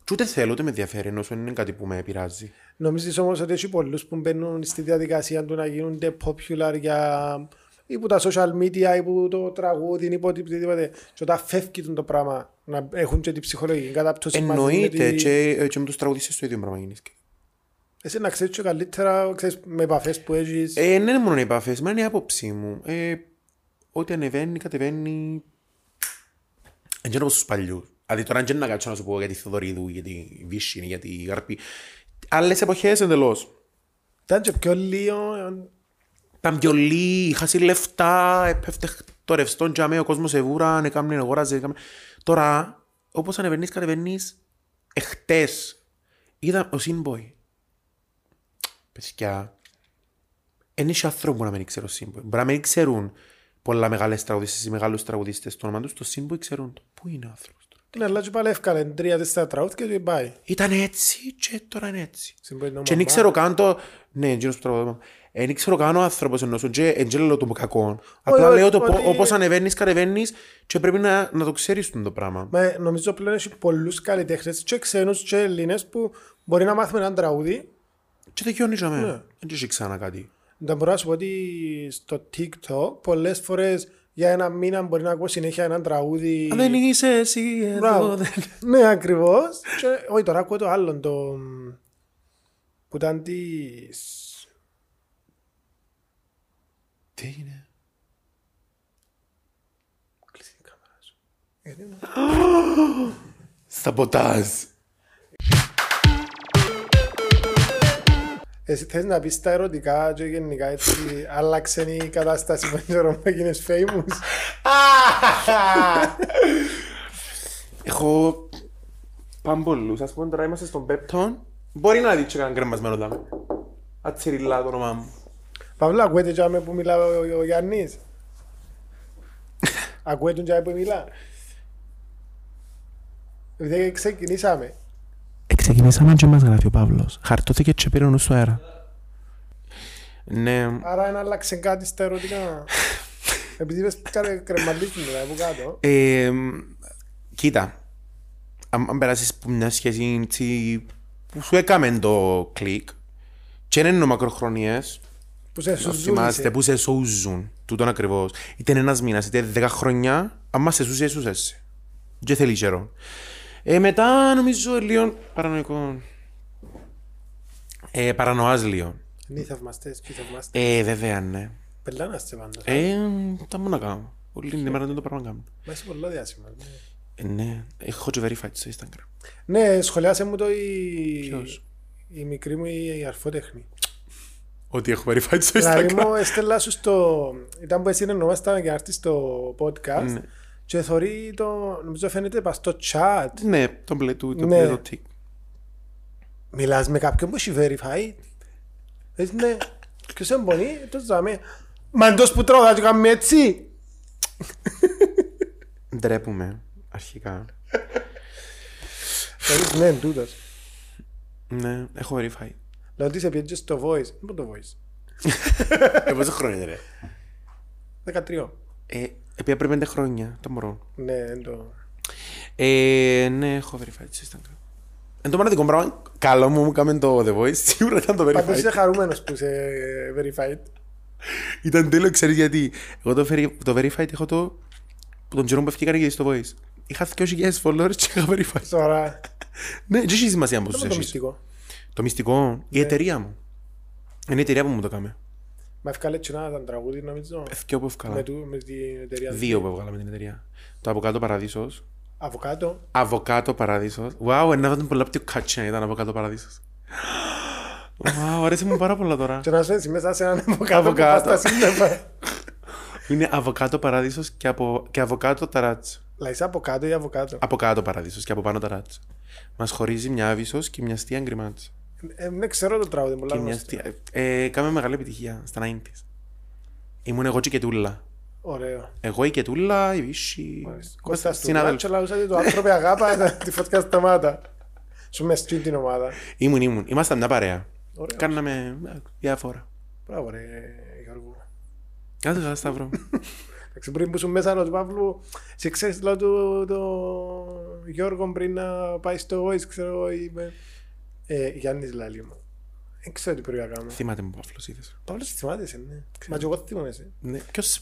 Και ούτε θέλω, ούτε με ενδιαφέρει, ενώ είναι κάτι που με πειράζει. Νομίζεις όμως ότι έχει πολλούς που μπαίνουν στη διαδικασία του να γίνονται popular για ή που τα social media ή που το τραγούδι ή που οτιδήποτε και όταν φεύγει τον το πράγμα να έχουν και την ψυχολογική κατάπτωση μαζί με Εννοείται, τη- και, ε, και με τους τραγουδιστές το ίδιο πράγμα γίνεις. Εσύ να ξέρεις και καλύτερα ξέρεις, με επαφές που έχεις Ε, δεν είναι μόνο οι επαφές, μα είναι η άποψή μου. Ε, ό,τι ανεβαίνει, κατεβαίνει. Δεν ξέρω στους παλιούς. Δηλαδή τώρα δεν να κάτσω να σου πω για τη Θεοδωρίδου, για τη Βύσσινη, για τη Γαρπή. Άλλες εποχές εντελώς. Ήταν και πιο λίγο ε, Τα μπιολί, είχα σύ λεφτά, έπεφτε το ρευστό τζαμέ, ο κόσμος εβούραν, έκαμνε, αγόραζε. έκαμνε. Τώρα, όπως ανεβαίνεις, κατεβαίνεις, εχθές, είδα ο Σίνμποϊ. Παιδιά, δεν έχει άνθρωπο να μην ξέρω Σίνμποϊ. Μπορεί να μην ξέρουν πολλά μεγάλες τραγουδίστες ή μεγάλους τραγουδίστες το όνομα τους, το Σίνμποϊ ξέρουν το. Πού είναι ο άνθρωπος τώρα. ναι, αλλά και πάλι έφκανε τρία τέσσερα τραγούδια και πάει. Ήταν έτσι και τώρα είναι έτσι. Συμβαίνει Και νόμιμα. δεν ξέρω καν το... Ναι, εκείνος που τραγουδάει. Ε, Δεν ξέρω καν ο άνθρωπος εννοώ και δεν λέω το κακό. Απλά ό, λέω το πο- ότι- όπως ανεβαίνεις, κατεβαίνεις και πρέπει να, να το ξέρεις τον το πράγμα. Μα, ε, νομίζω πλέον έχει πολλούς καλλιτέχνες και ξένους και Έλληνες που μπορεί να μάθουμε έναν τραγούδι Και δεν γιώνεις για Ναι. μένα. Δεν έχει ξανά κάτι. Να μπορώ να σου πω ότι στο TikTok πολλές φορές για ένα μήνα μπορεί να ακούω συνέχεια έναν τραγούδι. Αν δεν είσαι εσύ εδώ... Μπράβο. δεν- ναι, ακριβώς. Και- Όχι, τώρα ακούω το άλλο. Το... μ, που ήταν της... Τι είναι. Κλείσε την κάμερα σου. Γιατί να- Σαμποτάζ. Εσύ θες να πεις τα ερωτικά και γενικά έτσι άλλαξε η κατάσταση με το ρόμο γίνες famous. Έχω... Παμπολούς. Ας πούμε τώρα είμαστε στον Πέπτον. Μπορεί να δείξει κανένα κρεμασμένο δάμε. Ατσιριλά το όνομά μου. Παύλα, ακούετε και άμε που μιλά ο, ο, ο Γιάννης. ακούετε και άμε που μιλά. Επειδή ξεκινήσαμε. Ε, Ξεκινήσαμε και μας γράφει ο Παύλος. Χαρτώθηκε και πήρε ο νους στο αέρα. Ναι. Άρα να άλλαξε κάτι στα ερωτικά. Επειδή είπες κάτι κρεμαλίσουν δηλαδή από κάτω. Ε, κοίτα, αν, αν περάσεις που μια σχέση τσι, που σου έκαμε το κλικ και δεν είναι μακροχρονιές, Που σε το θυμάστε, σουζούνισε. που σε σούζουν, τούτον ακριβώς. Είτε είναι ένας μήνας, είτε δέκα χρόνια, άμα σε σούζε, σούζε σε. Και θέλει καιρό. Ε, μετά νομίζω λίγο παρανοϊκό. Ε, παρανοάς λίγο. Είναι οι Ναι, θαυμαστές και οι θαυμαστές. Ε, βέβαια, ναι. Πελάνας σε πάντα. Ε, τα μόνο να κάνω. Όλη την ημέρα δεν το πράγμα κάνω. Μα είσαι πολλά διάσημα. ναι. Ε, ναι, έχω και verified στο Instagram. Ναι, σχολιάσε μου το η... Ποιος? Η μικρή μου η η αρφότεχνη. Ότι έχω verified στο Δηλαδή μου έστελα σου στο... Ήταν που εσύ εννοούμασταν και να έρθεις στο podcast Ναι. και θωρεί το... Νομίζω φαίνεται πας στο chat. Ναι, το μπλε του, το Ναι. μπλε το τικ. Μιλάς με κάποιον που έχει verified. Λες ναι, ποιος εμπονεί, το ζάμε. Μα εντός που τρώγα και κάνουμε έτσι. Ντρέπουμε, αρχικά. Θεωρείς ναι, εν τούτος. Ναι, έχω verified. Λέω ότι σε πιέτζε στο voice. Πού το voice. Ε, πόσο χρόνια ρε. 13. Ε, επί πριν πέντε χρόνια, το μωρό. Ναι, εν το... Ε, ναι, έχω verified στο Instagram. Εν τω μόνο δικό πράγμα, καλό μου μου κάμεν το The Voice, σίγουρα ήταν το Πάντως είσαι verified. χαρούμενος που είσαι ε, verified. Ήταν τέλειο, ξέρεις γιατί. Εγώ το, veri- το verified έχω το... που τον καιρό που έφυγαν και στο Voice. Είχα 2.000 followers και είχα verified. Τώρα, Ναι, δεν έχει σημασία πόσους το το έχεις. μυστικό. Ναι. Το μυστικό, η εταιρεία μου. Είναι η εταιρεία που μου το κάμε. Μα έφκαλε έτσι ένα ήταν τραγούδι νομίζω. Ευκαιό που Με, ευκάλα. του, με την εταιρεία. Δύο που έβγαλα με την εταιρεία. Το Αβοκάτο Παραδείσος. Αβοκάτο. Αβοκάτο Παραδείσος. Wow, ένα ήταν πολλά πιο κάτσια ήταν Αβοκάτο Παραδείσος. Wow, αρέσει μου πάρα πολλά τώρα. Και να σου έτσι μέσα σε έναν αβοκάτο που πας Αβοκάτο. στα σύννεφα. Είναι Αβοκάτο Παραδείσος και, από... και Αβοκάτο Ταράτσο. Λαϊσά από κάτω ή αβοκάτο. Από κάτω Παραδείσος και από πάνω Ταράτσο. Μας χωρίζει μια άβυσος και μια αστεία γκριμάτσα. Ε, ναι, ξέρω το τραγούδι, πολλά Και μια γνωστό. αστεία. Ε, κάμε μεγάλη επιτυχία στα 90 Ήμουν εγώ και η Κετούλα. Ωραίο. Εγώ η Κετούλα, η Βύση. Κώστα του Λάτσο συνάδελφοι. λαούσα το άνθρωποι αγάπα τη φωτιά σταμάτα. Σου μες στην την ομάδα. Ήμουν, ήμουν. Ήμασταν μια παρέα. Ωραίος. Κάναμε ε, διάφορα. Μπράβο ρε Γιώργο. Κάθε καλά, Σταύρο. Εντάξει, πριν που σου μέσα ο Παύλου, σε ξέρεις λέω το, το Γιώργο πριν να πάει στο voice, ξέρω εγώ, είμαι. Ε, Γιάννης Λάλη μου. Δεν ξέρω τι πρέπει να κάνω. Θυμάται μου Παύλος, είδες. Παύλος θυμάται, ναι. Μα και εγώ θυμούμαι σε. Ναι, ποιος,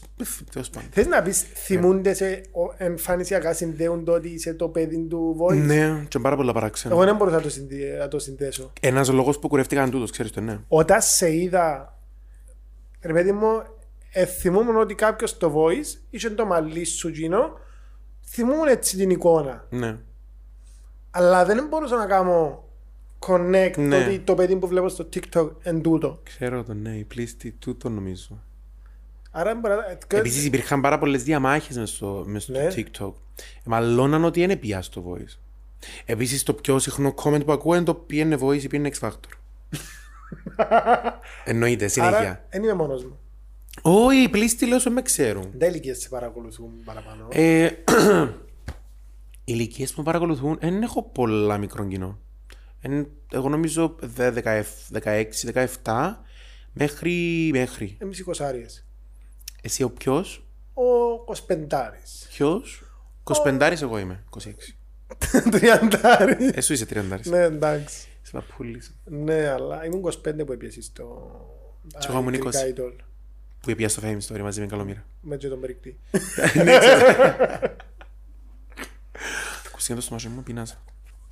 τέλος πάντων. Θες να Ναι. πεις θυμούνται σε ο- εμφανισιακά συνδέουν το ότι είσαι το παιδί του voice. Ναι, και πάρα πολλά παράξενα. Εγώ ναι. δεν μπορούσα να το συνδυ- να το συνδέσω. Ένας λόγος που κουρεύτηκαν τούτος, ξέρεις το, ναι. Όταν σε είδα, ρε παιδί μου, ε, θυμούμουν ότι κάποιος το voice είχε το μαλλί σου γίνο, θυμούμουν έτσι την εικόνα. Ναι. Αλλά δεν μπορούσα να κάνω connect Ναι. ότι το παιδί που βλέπω στο TikTok εν τούτο. Ξέρω το, ναι, η πλήστη τούτο νομίζω. Άρα ε, μπορεί να... Επίσης υπήρχαν πάρα πολλές διαμάχες μες στο, μες στο Ναι. TikTok. Ε, Μαλώναν ότι είναι πια στο voice. Επίσης το πιο συχνό comment που ακούω είναι το είναι voice ή είναι X Factor. Εννοείται, συνέχεια. Άρα δεν είμαι μόνος μου. Όχι, οι πλήστοι λέω σε με ξέρουν. Δεν ηλικίες σε παρακολουθούν παραπάνω. Ε, ηλικίες που με παρακολουθούν, δεν έχω πολλά μικρό κοινό. Εν- εγώ νομίζω δε- 17, 16-17 μέχρι. μέχρι. Εμείς οι κοσάριες. Εσύ ο ποιος, Ε, Ο κοσπεντάρης. ποιο. 25 εγώ είμαι, 26. Τριαντάρης. Εσύ είσαι 30. Ναι, εντάξει. Σε παππούλης. Ναι, αλλά ήμουν 25 που έπιασες στο... Κι εγώ ήμουν Greek 20. Idol. Που έπια στο Fame Story μαζί με καλομήρα. Με και τον Περικτή. Κουστιά το στομάχι μου, πεινάζα.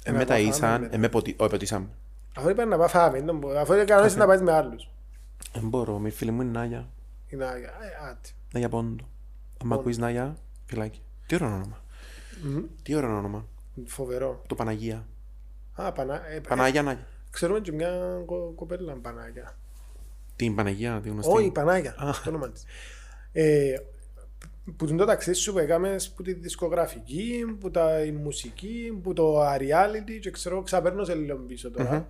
Ε, Ναι, με τα εγώ ήσαν, φάμε, ε, με ποτι... όχι, ποτίσαμε. Αφού είπαν να πάει φάμε, δεν μπο- αφού είναι κανόνες να πάει με άλλους. Δεν μπορώ, με φίλη μου είναι Νάγια. Είναι άγια. Ε, άτι. Νάγια Πόντο. Αν μ' ακούεις Νάγια, φυλάκι. Τι ωραίο όνομα. Τι ωραίο όνομα. Φοβερό. Το Παναγία. Α, Πανά- ε, ε, Παναγία Νάγια. Ξέρουμε και μια κο- κοπέλα Πανάγια. Την Παναγία, τη γνωστή. Όχι, η Πανάγια, Α. το όνομα της. Ε, που το ταξί σου που έκαμες που τη δισκογραφική, που τα, η μουσική, που το reality και ξέρω, ξαπέρνω σε λίγο πίσω τώρα.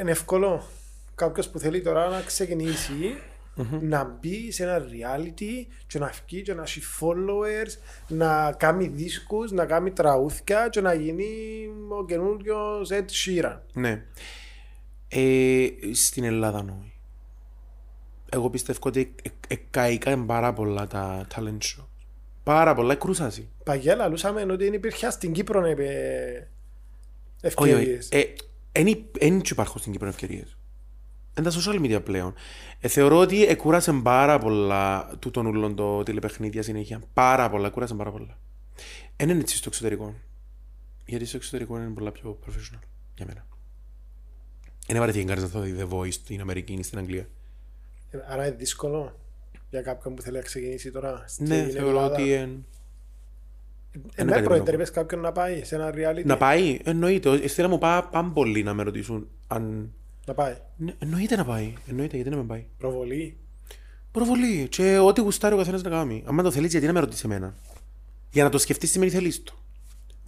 Είναι εύκολο κάποιος που θέλει τώρα να ξεκινησει να μπει σε ένα reality και να βγει και να έχει followers, να κάνει δίσκους, να κάνει τραούθια και να γίνει ο καινούριος Ed Sheeran. Ναι. Ε, στην Ελλάδα νόη. Εγώ πιστεύω ότι εκαήκαν πάρα πολλά τα talent show. Πάρα πολλά, κρούσαζε. Παγιά λαλούσαμε ότι δεν υπήρχε στην Κύπρο να είπε Όχι, όχι. ευκαιρίες. Ε, εν υ- Εν τσου υπάρχουν στην Κύπρο ευκαιρίες. Είναι τα social media πλέον. Ε, θεωρώ ότι εκούρασε πάρα πολλά τούτων ούλων το τηλεπαιχνίδια συνέχεια. Πάρα πολλά, εκούρασε πάρα πολλά. Εν είναι έτσι στο εξωτερικό. Γιατί στο εξωτερικό είναι πολλά πιο professional για μένα. Είναι βαρεθεί κανείς να το δει The Voice στην Αμερική ή στην Αγγλία. Άρα είναι δύσκολο για κάποιον που θέλει να ξεκινήσει τώρα. στην ναι, θεωρώ Ελλάδα. ότι. Ε, ε, εν- είναι ναι, κάτι προετρέπεις κάποιον να πάει σε ένα reality. Να πάει, εννοείται. Ε, Στείλα μου πά, πάνε πολλοί να με ρωτήσουν αν. Να πάει. Ναι, εννοείται να πάει. Εννοείται, γιατί να με πάει. Προβολή. Προβολή. Και ό,τι γουστάρει ο καθένας να κάνει. Αν το θέλεις, γιατί να με ρωτήσεις εμένα. Για να το σκεφτείς, σημαίνει θέλεις το.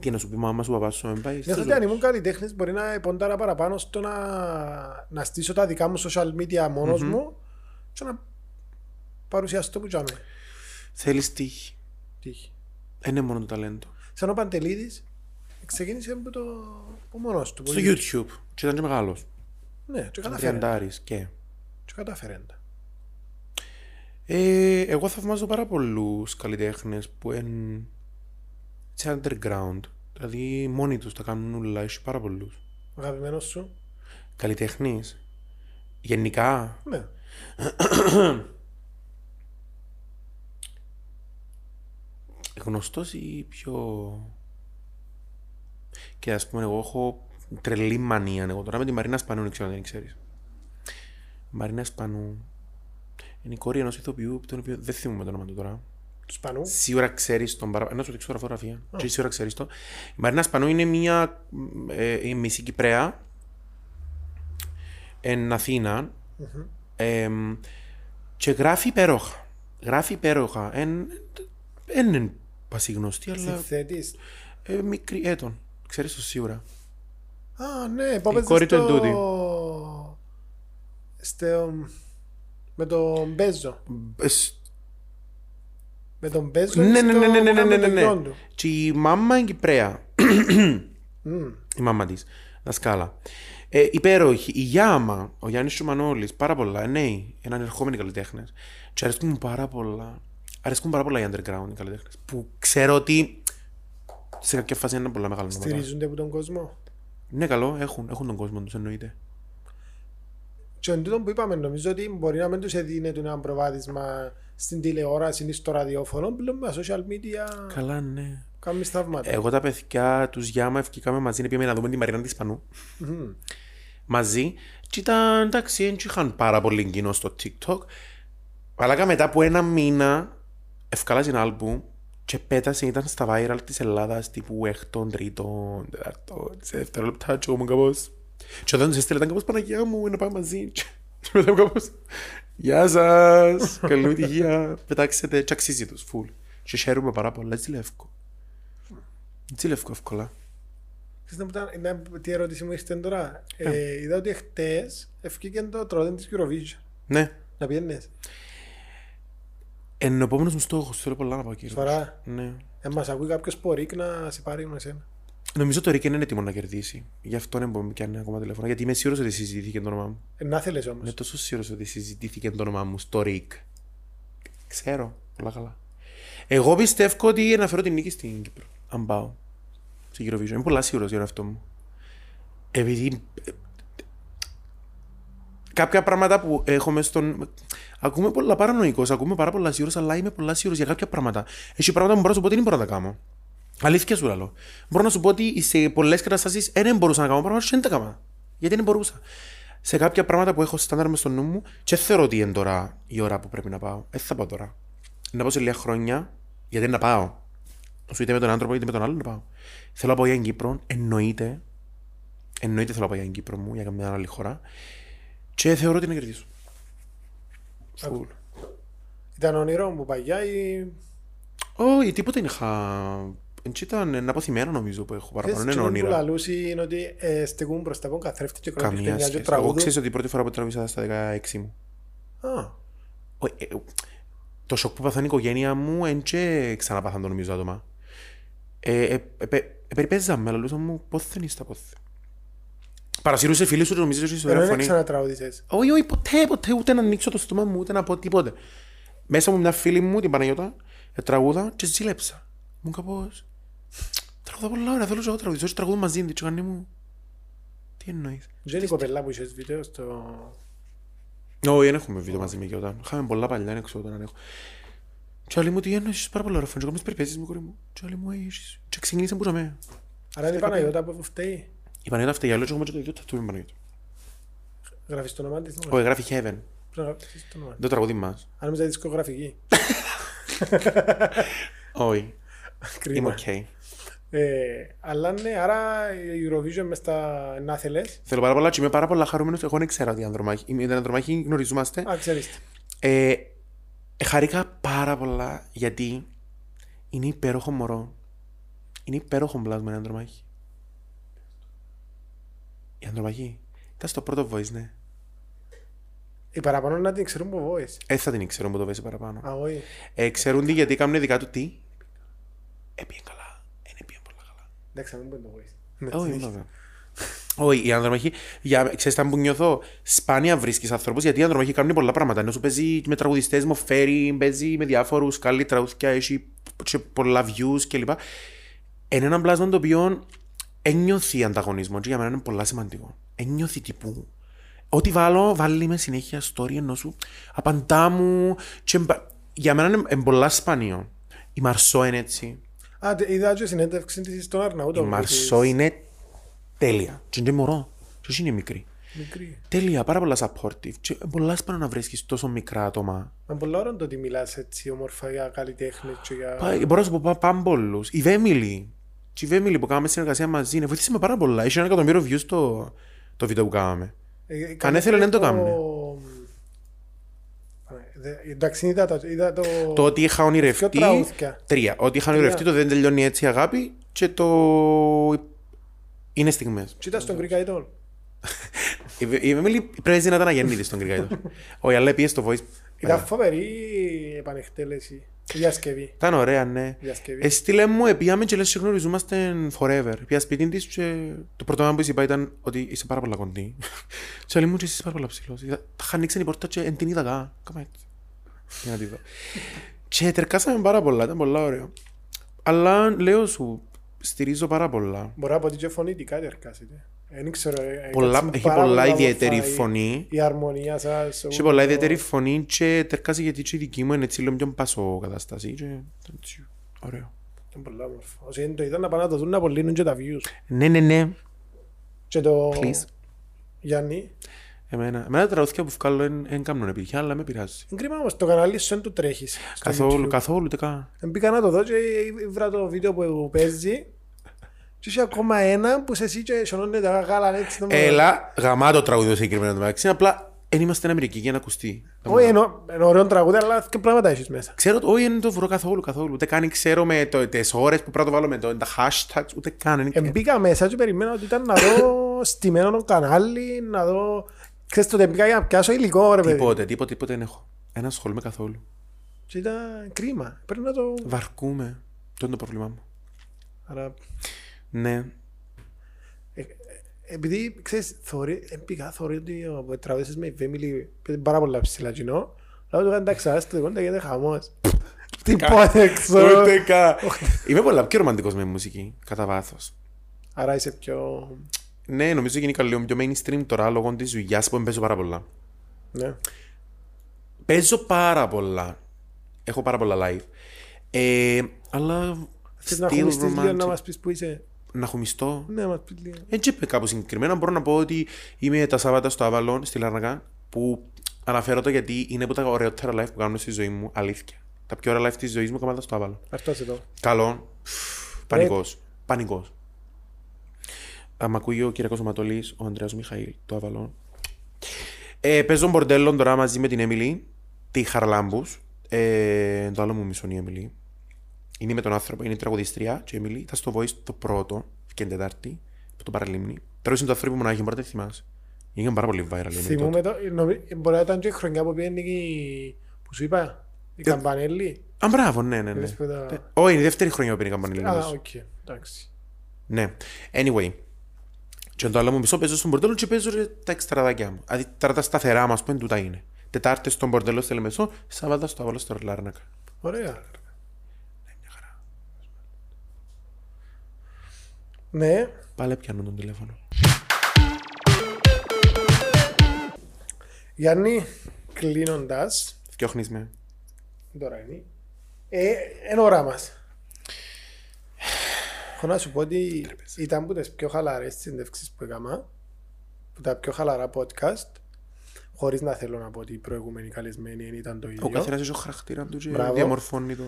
Τι να σου πει, μαμά σου, παπάς σου, να πάει. Νιώθω ότι αν ήμουν καλλιτέχνης μπορεί να ποντάρα παραπάνω στο να, να στήσω τα δικά μου social media μονος μου και να παρουσιαστώ που τζάμε. Θέλεις τύχη. Τύχη. Δεν είναι μόνο το ταλέντο. Σαν ο Παντελίδης ξεκίνησε από το από μόνος του. Στο Πολύ- YouTube. Και ήταν και μεγάλος. Ναι, και καταφέρντα. Τριαντάρης και. Και καταφέρντα. Ε, εγώ θαυμάζω πάρα πολλούς καλλιτέχνες που είναι σε underground. Δηλαδή, μόνοι τους τα κάνουν όλα. Έχει πάρα πολλούς. Αγαπημένος σου. Καλλιτέχνης. Γενικά. Ναι. γνωστός ή πιο. Και ας πούμε, εγώ έχω τρελή μανία. Εγώ τώρα με τη Μαρίνα Σπανού, δεν ξέρω αν την ξέρεις. Μαρίνα Σπανού. Είναι η κόρη ενός ηθοποιού, τον οποίο δεν θυμούμαι το όνομα του τώρα. Του Σπανού. Σίγουρα ξέρεις τον παραπάνω. Να σου δείξω φωτογραφία. Και σίγουρα ξέρεις το. Η Μαρίνα Σπανού είναι μια ε, ε, μισή Κυπρέα. Εν αθηνα και γράφει υπέροχα. Γράφει υπέροχα. Εν, εν, εν πασιγνωστή, αλλά Συνθέτης. ε, μικρή έτον. Ξέρεις το σίγουρα. Α, ναι, που έπαιζε κόρη του στο- εντούτη. στο- Με τον Μπέζο. Ε, σ- Με τον Μπέζο. Ναι, ναι, στο- ναι, ναι, ναι, ναι, με ναι, τον ναι, γιο ναι. του. Και η μάμα είναι Κυπρέα. Μμ. Η μάμα της. Δασκάλα. Ε, υπέροχη. Η Γιάμα, ο Γιάννης Σουμανόλης, πάρα πολλά. Νέοι, έναν ερχόμενοι καλλιτέχνες. Τους αρέσκουν μου πάρα πολλά. Αρέσκουν πάρα πολλά οι underground οι καλλιτέχνες. Που ξέρω ότι σε κάποια φάση είναι πολλά μεγάλα ονόματα. Στηρίζονται από τον κόσμο. Ναι, καλό, έχουν, έχουν τον κόσμο τους εννοείται. Και εν τούτο που είπαμε, νομίζω ότι μπορεί να μην τους δίνεται ένα προβάδισμα στην τηλεόραση ή στο ραδιόφωνο, πλέον με τα social media Καλά, ναι. κάνουμε θαύματα. Εγώ τα παιδιά τους Γιάμα ευκήκαμε μαζί να πήγαμε να δούμε τη Μαριάννα της Πανού. Μμμ. μαζί. Και ήταν εντάξει, δεν είχαν πάρα πολύ κοινό στο TikTok. Αλλά μετά από ένα μήνα, ευκάλασε ένα άλμπουμ και πέτασε, ήταν στα viral της Ελλάδας τύπου έκτον, τρίτον, τετάρτον, σε δευτερόλεπτα και εγώ ήμουν κάπως... Και όταν τους έστειλε ήταν κάπως Παναγιά μου, να πάμε μαζί. Και και μετά ήμουν κάπως Γεια σας, καλή επιτυχία, πετάξετε και αξίζει τους, φουλ. Και χαίρομαι πάρα πολλά, έτσι λεύκο. Έτσι λεύκο εύκολα. Ξέρεις να μου ήταν- να- τι ερώτηση μου ήρθε τώρα. Ε, είδα ότι χτες ευκήκε το τρόδεν της Eurovision. Ναι, Να πιένες. εν ο επόμενος μου στόχος, θέλω πολλά να πάω κύριος. Σοβαρά. Ναι. Ε, μας ακούει κάποιος πορίκ να σε πάρει με σένα. Νομίζω το Ρίκεν είναι έτοιμο να κερδίσει. Γι' αυτό δεν μπορεί να κάνει ακόμα τηλέφωνο. Γιατί είμαι σίγουρος ότι συζητήθηκε το όνομά μου. Ε, να θέλεις όμως. Είμαι τόσο σίγουρος ότι συζητήθηκε το όνομά μου στο Ρίκ. Ξέρω. Πολλά καλά. Εγώ πιστεύω ότι αναφέρω την νίκη στην Κύπρο. Αν πάω. Στην Eurovision. Είμαι πολλά σίγουρος για τον εαυτό μου. Επειδή. ε, Κάποια πράγματα που έχω μες στον. Ακούμε πολλά παρανοϊκός, ακούμε πάρα πολλά σίγουρος, αλλά είμαι πολλά σίγουρος για κάποια πράγματα. Έχει πράγματα που μπορώ να σου πω ότι δεν μπορώ να τα κάνω. Αλήθεια σου λέω. Μπορώ να σου πω ότι σε πολλές καταστάσεις δεν μπορούσα να κάνω πράγματα, δεν τα έκανα. Γιατί δεν μπορούσα. Σε κάποια πράγματα που έχω στάνταρ μες στο νου μου, και θεωρώ ότι είναι τώρα η ώρα που πρέπει να πάω. Ε, θα πάω τώρα. Να πάω σε λίγα χρόνια, γιατί να πάω. Σου είτε με τον άνθρωπο είτε με τον άλλον να πάω. Θέλω να πάω για την Κύπρο, εννοείται. Εννοείται θέλω να πάω για την Κύπρο μου, για καμιά άλλη χώρα. Και θεωρώ ότι να κερδίσω. Φουλ. Ήταν όνειρό μου παγιά ή... Όχι, τίποτα είναι χα. Έτσι ήταν ένα αποθυμένο νομίζω που έχω παραπάνω. Ξέρεις, Είναι εκείνο που όνειρα. λαλούς είναι ότι ε, στεγούν προς τα πόν καθρέφτη και κρατήσουν Καμία μια σχέση. και Εγώ τραγούδου. ξέρεις ότι η πρώτη φορά που τραβήσα στα 16 μου. Α, Ο- ε, ο- το σοκ που παθαίνει η οικογένεια μου εν και ξαναπαθαν το νομίζω άτομα. Ε, ε, ε, πε- ε, περιπέζαμε, αλλά λούσαν μου πώς δεν είσαι τα πόθη. Παρασυρούσε φίλοι σου και νομίζεις ότι είσαι Ενώ ωραία Ε, δεν φωνή. ξανατραγουδίσες. Όχι, όχι, ποτέ, ποτέ, ούτε να ανοίξω το στόμα μου, ούτε να πω τίποτε. Μέσα μου μια φίλη μου, την Παναγιώτα, ε, τραγούδα και ζήλεψα. Μου κάπως, τραγούδα πολλά ωραία, θέλω και εγώ τραγουδίσω, και τραγουδούν μαζί μου, τσοκανή μου. Τι εννοείς. Δεν είναι η κοπελά που είχες βίντεο στο... Όχι, δεν έχουμε βίντεο μαζί με και όταν. Είχαμε πολλά παλιά, δεν ξέρω όταν αν έχω. Και άλλοι μου τι έννοια, έχεις πάρα πολλά ωραία φωνή, περιπέσεις μου, κόρη μου. Και άλλοι μου έχεις. Και ξεκινήσαμε που ζαμέ. Άρα είναι η Παναγιώτα που φταίει. Η Παναγιώτα αυτή, για λόγω έχουμε και το ίδιο tattoo με την Παναγιώτα. Γράφεις το όνομα της. ναι. Όχι, γράφει Heaven, Πρέπει να γράψεις το όνομα. το τραγούδι μας. Αν είσαι δισκογραφική. Όχι, είμαι Κρίμα. οκ. Ε, αλλά ναι, άρα η Eurovision μες στα να θέλες. Θέλω πάρα πολλά και είμαι πάρα πολλά χαρούμενος. Εγώ δεν ξέρω τι ανδρομάχη. Με την ανδρομάχη γνωριζόμαστε. Α, ξέρεις. τι. Ε, ε, χαρήκα πάρα πολλά γιατί είναι υπέροχο μωρό. Είναι υπέροχο μπλάσμα η ανδρομάχη. Η ανδρομάχη ήταν στο πρώτο voice, ναι. Οι Ε, παραπάνω να την ξέρουν που voice. Ε, θα την ήξερω μου το βέσει παραπάνω. Α, όχι. Ε, ξέρουν τι γιατί κάνουν δικά του τι. Έπιε καλά. Ε, δεν πήγε πολλά καλά. Εντάξει, να μην πω το voice. Ναι, Ε, Όχι, βέβαια. Όχι, η ανδρομαχή. Για, ξέρεις αν που νιώθω, σπάνια βρίσκεις ανθρώπους γιατί η ανδρομαχή κάνουν πολλά πράγματα. Ενώ σου παίζει με τραγουδιστές, μοφέρει, παίζει με διάφορους, καλή τραγουδιά, έχει και πολλά views κλπ. Είναι ένα πλάσμα το οποίο ένιωθει ανταγωνισμό και για μένα είναι πολλά σημαντικό. Ένιωθει τύπου. Ό,τι βάλω, βάλει με συνέχεια story ενώ σου απαντά μου. Και, μπα- για μένα είναι είναι πολλά σπάνιο. Η Μαρσό είναι έτσι. Α, τε- είδα και συνέντευξη της στον Αρναούτο. Η που Μαρσό της- είναι τέλεια. Και είναι μωρό. Και όχι είναι μικρή. Μικρή. Τέλεια, πάρα πολλά supportive. Και πολλά σπάνια να βρίσκεις τόσο μικρά άτομα. Μα πολλά ώρα είναι το ότι μιλάς έτσι όμορφα για καλλιτέχνες και για... Πα- Μπορώ να σου πω πά- πάμε πολλούς. Η Βέμιλη. Και η Βέμιλη που κάναμε συνεργασία μαζί, ναι, βοήθησε με πάρα πολλά. Είχε ένα εκατομμύριο views το, το βίντεο που κάναμε. Ε, Αν έθελε, δεν το κάμνε. Ε, Εντάξει, είδα το... Είδα το... Το ότι είχα ονειρευτεί. Ποιο τραγούδια. Τρία. Ότι είχα ονειρευτεί το δεν τελειώνει έτσι η αγάπη και το. Είναι στιγμές. Και ήταν στον Greek Idol. Η Βε- η Βέμιλη πρέπει να ήταν αγεννήτης στον κρυγκάιτο. Όχι, αλλά πήγε στο voice. Ήταν φοβερή επανεκτέλεση. Διασκευή. Ήταν ωραία, ναι. Διασκευή. Έστειλε μου, επίαμε και λες γνωριζόμαστε forever. Πια σπίτι της και το πρώτο πράγμα που της είπα ήταν ότι είσαι πάρα πολλά κοντή. Και άλλη μου και είσαι πάρα πολλά ψηλός. Είδα- Τα είχα ανοίξει την πόρτα και εν την είδα γά. Κάμα έτσι. Για να τη δω. Και τερκάσαμε πάρα πολλά, ήταν πολλά ωραίο. Αλλά λέω σου, στηρίζω πάρα πολλά. Μπορώ να πω ότι και φωνητικά διαρκάσετε. Δεν ξέρω. ε, πολλά κάτσουν έχει πάρα πολλά ιδιαίτερη όμορφα η- φωνή. Η αρμονία σας. Έχει πολλά ιδιαίτερη φωνή και τερκάζει γιατί και η δική μου είναι έτσι λίγο πιο πασό κατάσταση. Και... έτσι, Ωραίο. Είναι πολλά όμορφα. Όσοι δεν το είδαν να πάνε να το δουν να απολύνουν και τα views. Ναι, ναι, ναι. Και το... Please. Γιάννη. Εμένα, εμένα τα τραγούδια που βγάλω δεν κάνουν επιτυχία, αλλά με πειράζει. Είναι κρίμα όμως το κανάλι σου δεν το τρέχεις. στο Καθόλου, YouTube. καθόλου, ούτε καν. Ε, Μπήκα να το δω και βρήκα το βίντεο που παίζει. Και είχε ακόμα ένα που σε εσύ και σιωνώνε τα γάλα έτσι. το μόνο. Έλα, γαμάτο τραγούδι συγκεκριμένο το μεταξύ. Απλά δεν είμαστε στην Αμερική για να ακουστεί. Όχι, ενώ- ενώ ωραίο τραγούδι, αλλά και πράγματα έχεις μέσα. Ξέρω, ότι- όχι, δεν το βρω καθόλου, καθόλου. Ούτε καν ξέρω με τις ώρες που πρέπει να το βάλω με το, τα hashtags, ούτε καν. δεν- Ε, Μπήκα μέσα και περιμένα ότι ήταν να δω στημένο το κανάλι, να δω... Ξέρεις το μπήκα για να πιάσω υλικό ρε παιδί. Τίποτε, τίποτε, τίποτε δεν έχω. Δεν ασχολούμαι καθόλου. Και ήταν κρίμα. Πρέπει να το... Βαρκούμε. Το είναι το πρόβλημά μου. Άρα, Ναι. επειδή ξέρεις, θωρεί, ε, μπήκα, θωρεί ότι ο- τραβήσεις με η family πέτει πάρα πολλά ψηλά κοινό. Λέω του εντάξει, ας το δικό γίνεται χαμός. Τίποτε ξέρω. Ούτε καν. Είμαι πολλά πιο ρομαντικός με μουσική, κατά βάθος. Άρα είσαι πιο... Ναι, νομίζω γενικά λίγο πιο mainstream τώρα λόγω της δουλειάς που παίζω πάρα πολλά. Ναι. Παίζω πάρα πολλά. Έχω πάρα πολλά live. Ε, αλλά. Θες να still χωνιστείς λίγο romantic. να μας πεις που είσαι. Να χουμιστώ. Ναι, να μας πεις λίγο. Έτσι είπε κάπου συγκεκριμένα. Μπορώ να πω ότι είμαι τα Σάββατα στο Αβαλόν, στη Λάρνακα, που αναφέρω το γιατί είναι από τα ωραιότερα live που κάνω στη ζωή μου. Αλήθεια. Τα πιο ωραία live της ζωής μου κάνω στο Αβαλόν. Αυτό σε το. Καλό. Πανικός. Πανικός. Αν μ' ακούει ο Κυριακός Ματολή, ο Ανδρέας Μιχαήλ, το αβαλό. Ε, παίζω μπορντέλο τώρα μαζί με την Έμιλι, τη Χαρλάμπου. Ε, το άλλο μου μισό είναι η Έμιλι. Είναι με τον άνθρωπο, είναι η τραγουδίστρια. Και η Έμιλι ήταν στο Voice το πρώτο, και την Τετάρτη, από τον Παραλίμνη. Τώρα είναι το άνθρωπο που μονάχα μπορεί να τη θυμάσαι. Είναι πάρα πολύ viral. είναι τότε. Θυμούμε το, νομι- μπορεί να ήταν και η χρονιά που πήγαινε η- που σου είπα, η Ε, Καμπανέλη. Α, μπράβο, ναι, ναι. ναι. Λες που τα- Ε, Όχι, είναι η δεύτερη χρονιά που πήρε η καμπανίλα. Α, οκ, εντάξει. Ναι. Anyway. Και το άλλο μου μισό παίζω στον πορτέλο και παίζω ρε, τα εξτραδάκια μου. Δηλαδή τώρα τα σταθερά μας που είναι τούτα είναι. Τετάρτες στον πορτέλο στη Λεμεσό, Σάββατα στο Αβαλό στο Λάρνακα. Ωραία. Ναι, Πάλε πιάνω τον τηλέφωνο. Γιάννη, κλείνοντας, Φτιάχνεις με. τώρα είναι, ε, είναι ώρα μας. Έχω να σου πω ότι ήταν από τις πιο χαλαρές συνέντευξεις που έκανα, που τα πιο χαλαρά podcast, χωρίς να θέλω να πω ότι οι προηγούμενοι καλεσμένοι ήταν το ίδιο. Ο καθένας έχει ο χαρακτήρας του και Μπράβο. διαμορφώνει το.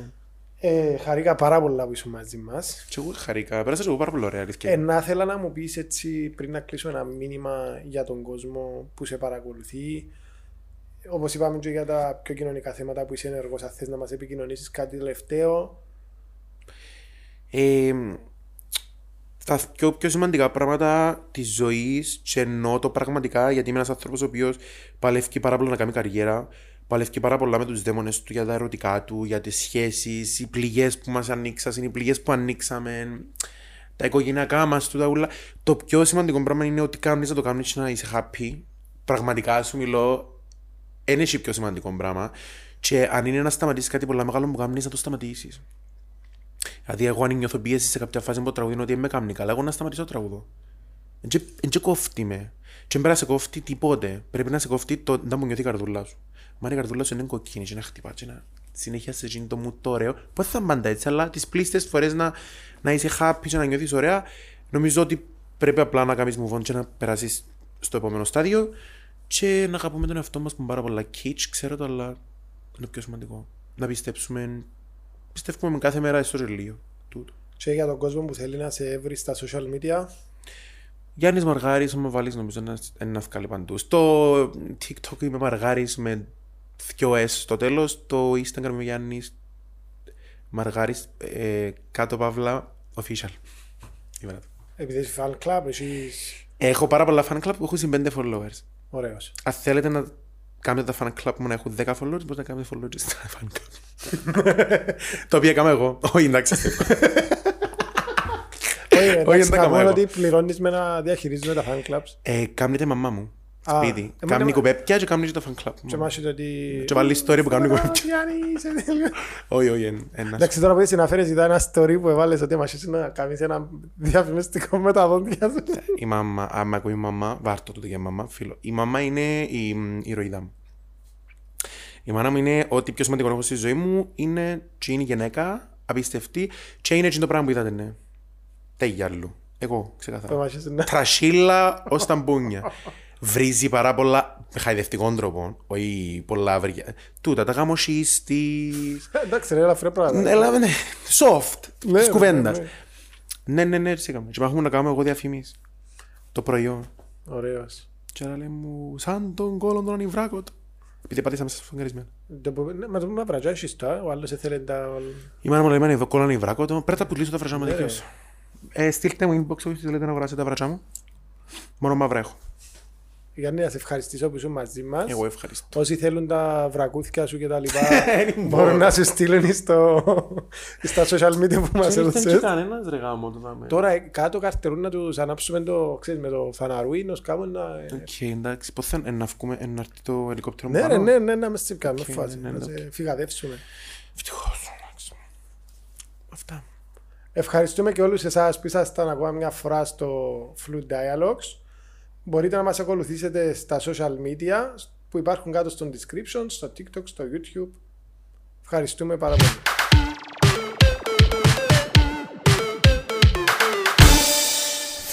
Ε, χαρήκα πάρα πολλά που ήσουν μαζί μας. Και εγώ χαρήκα. Πέρασα και εγώ πάρα πολύ ωραία αλήθεια. Ε, να θέλω να μου πεις έτσι πριν να κλείσω ένα μήνυμα για τον κόσμο που σε παρακολουθεί. Όπως είπαμε και για τα πιο κοινωνικά θέματα που είσαι ενεργός, αν θες να μας επικοινωνήσεις κάτι τελευταίο. Ε, τα πιο, πιο σημαντικά πράγματα της ζωής και εννοώ το πραγματικά γιατί είμαι ένας άνθρωπος ο οποίος παλεύει πάρα πολύ να κάνει καριέρα. Παλεύει πάρα πολλά με τους δαίμονες του για τα ερωτικά του, για τις σχέσεις, οι πληγές που μας ανοίξαν, οι πληγές που ανοίξαμε, τα οικογενειακά μας, τούτα ούλα. Το πιο σημαντικό πράγμα είναι ότι κάνεις να το κάνεις να είσαι happy. Πραγματικά σου μιλώ, είναι έχει πιο σημαντικό πράγμα. Και αν είναι να σταματήσεις κάτι πολύ μεγάλο που κάνεις, να το σταματήσεις. Δηλαδή, εγώ αν νιώθω πίεση σε κάποια φάση με το τραγούδι, είναι ότι δεν με κάνει καλά. Εγώ να σταματήσω το τραγούδο. Δεν και κόφτει με. Και δεν πρέπει να σε κόφτει τίποτε. Πρέπει να σε κόφτει το να μου νιώθει η καρδούλα σου. Μα αν η καρδούλα σου είναι κοκκίνη, και να χτυπά, και να συνέχεια σε γίνει το μου το ωραίο. Πώς θα μαντά έτσι, αλλά τις πλήστες φορές να, να είσαι happy και να νιώθεις ωραία, νομίζω ότι πρέπει απλά να κάνεις μουβόν και να περάσεις στο επόμενο στάδιο και να αγαπούμε τον εαυτό μας που είναι πάρα πολλά kitsch, ξέρω το, αλλά είναι το πιο σημαντικό. Να πιστέψουμε πιστεύουμε με κάθε μέρα στο ρελίο. Τούτο. Και για τον κόσμο που θέλει να σε βρει στα social media. Γιάννης Μαργάρης, άμα βάλεις νομίζω ένα, ένα βγάλει παντού. Στο TikTok είμαι Μαργάρης με δυο S στο τέλος. Στο Instagram είμαι Γιάννης Μαργάρης, ε, κάτω παύλα, official. Είπα. Επειδή είσαι fan club, εσείς Έχω πάρα πολλά fan club που έχουν συμπέντε followers. ωραίος. Αν θέλετε να κάνετε τα fan club μου να έχουν 10 followers, μπορείτε να κάνετε followers στα fan club. Το οποίο έκανα εγώ. Όχι, εντάξει. Όχι, δεν εντάξει, τα να κάνω πούμε εγώ. ότι πληρώνεις με να διαχειρίζουμε τα fan clubs. Ε, κάμνετε μαμά μου. Σπίτι. Κάμνει κουπέπια και κάμνει και το fan club. Και μάσαι το ότι... Και βάλει story που κάμνει κουπέπια. Γιάννη, είσαι τέλειος. Όχι, όχι, εν- ένας. Εντάξει, τώρα που έτσι να φέρεις ήταν ένα story που έβαλες ότι μάσαι να κάνεις ένα διαφημιστικό με τα δόντια σου. Η μαμά, άμα ακούει η μαμά, βάρτο το για μαμά, φίλο. Η μαμά είναι η η ηρωίδα μου. Η μάνα μου είναι ότι πιο σημαντικό έχω στη ζωή μου είναι και είναι γυναίκα, απίστευτη και είναι εκείνο το πράγμα που είδατε, ναι. Τέγια αλλού. Εγώ, Το ξεκαθαρά. μάσαι να... Τρασίλα ως ταμπούνια. Βρίζει πάρα πολλά με χαϊδευτικών τρόπο. Όχι πολλά βρυγιά. Τούτα, τα γάμοσή τη. Εντάξει, ρε, ελαφρέ πράγματα. Έλα, ναι. Soft. Ναι, Τη κουβέντα. ναι, ναι. Ναι, ναι, ναι, έτσι έκαμε. Και μάχουμε να κάνουμε εγώ διαφημίσεις. Το προϊόν. Ωραίος. Και άρα λέει μου, σαν τον κόλον τον ανιβράκοτο. Επειδή πατήσαμε στον καρισμένο. Το που- ναι, Μα το πούμε βραζιά, έχεις τα, ο άλλος έθελε τα... Η μάνα μου λέει, «Μάνα, εδώ κόλλανε η βράκο, το πρέπει να πουλήσω τα βραζά μου Ναι, ρε. δικαίως. Ε, στείλτε μου inbox όποιοι θέλετε να αγοράσετε τα βραζά μου. Μόνο μαύρα έχω. Γιάννη, να σε ευχαριστήσω που ήσουν μαζί μας. Εγώ Ε, ευχαριστώ. Όσοι θέλουν τα βρακούθια σου και τα λοιπά, μπορώ. μπορούν να σε στείλουν στο- στα social media που μας έδωσες. κανένας ρε γάμο το δάμε. Τώρα ε, κάτω καρτερούν να τους ανάψουμε το, ξέρεις, με το φαναρούι, να σκάμουν να... ε, Οκ, εντάξει, πότε θα ε, να βγούμε, ε, να έρθει το ελικόπτερο μου Ναι, πάνω. ρε, ναι, ναι, να με στυπκάμε Οκ, φάση, ναι, ναι, να σε φυγαδεύσουμε. Ευτυχώς, εντάξει. Αυτά. Ευχαριστούμε και όλους εσάς που ήσασταν ακόμα μια φορά στο Flu Dialogues. Μπορείτε να μας ακολουθήσετε στα social media που υπάρχουν κάτω στο description, στο TikTok, στο YouTube. Ευχαριστούμε πάρα πολύ.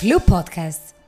Flu Podcast.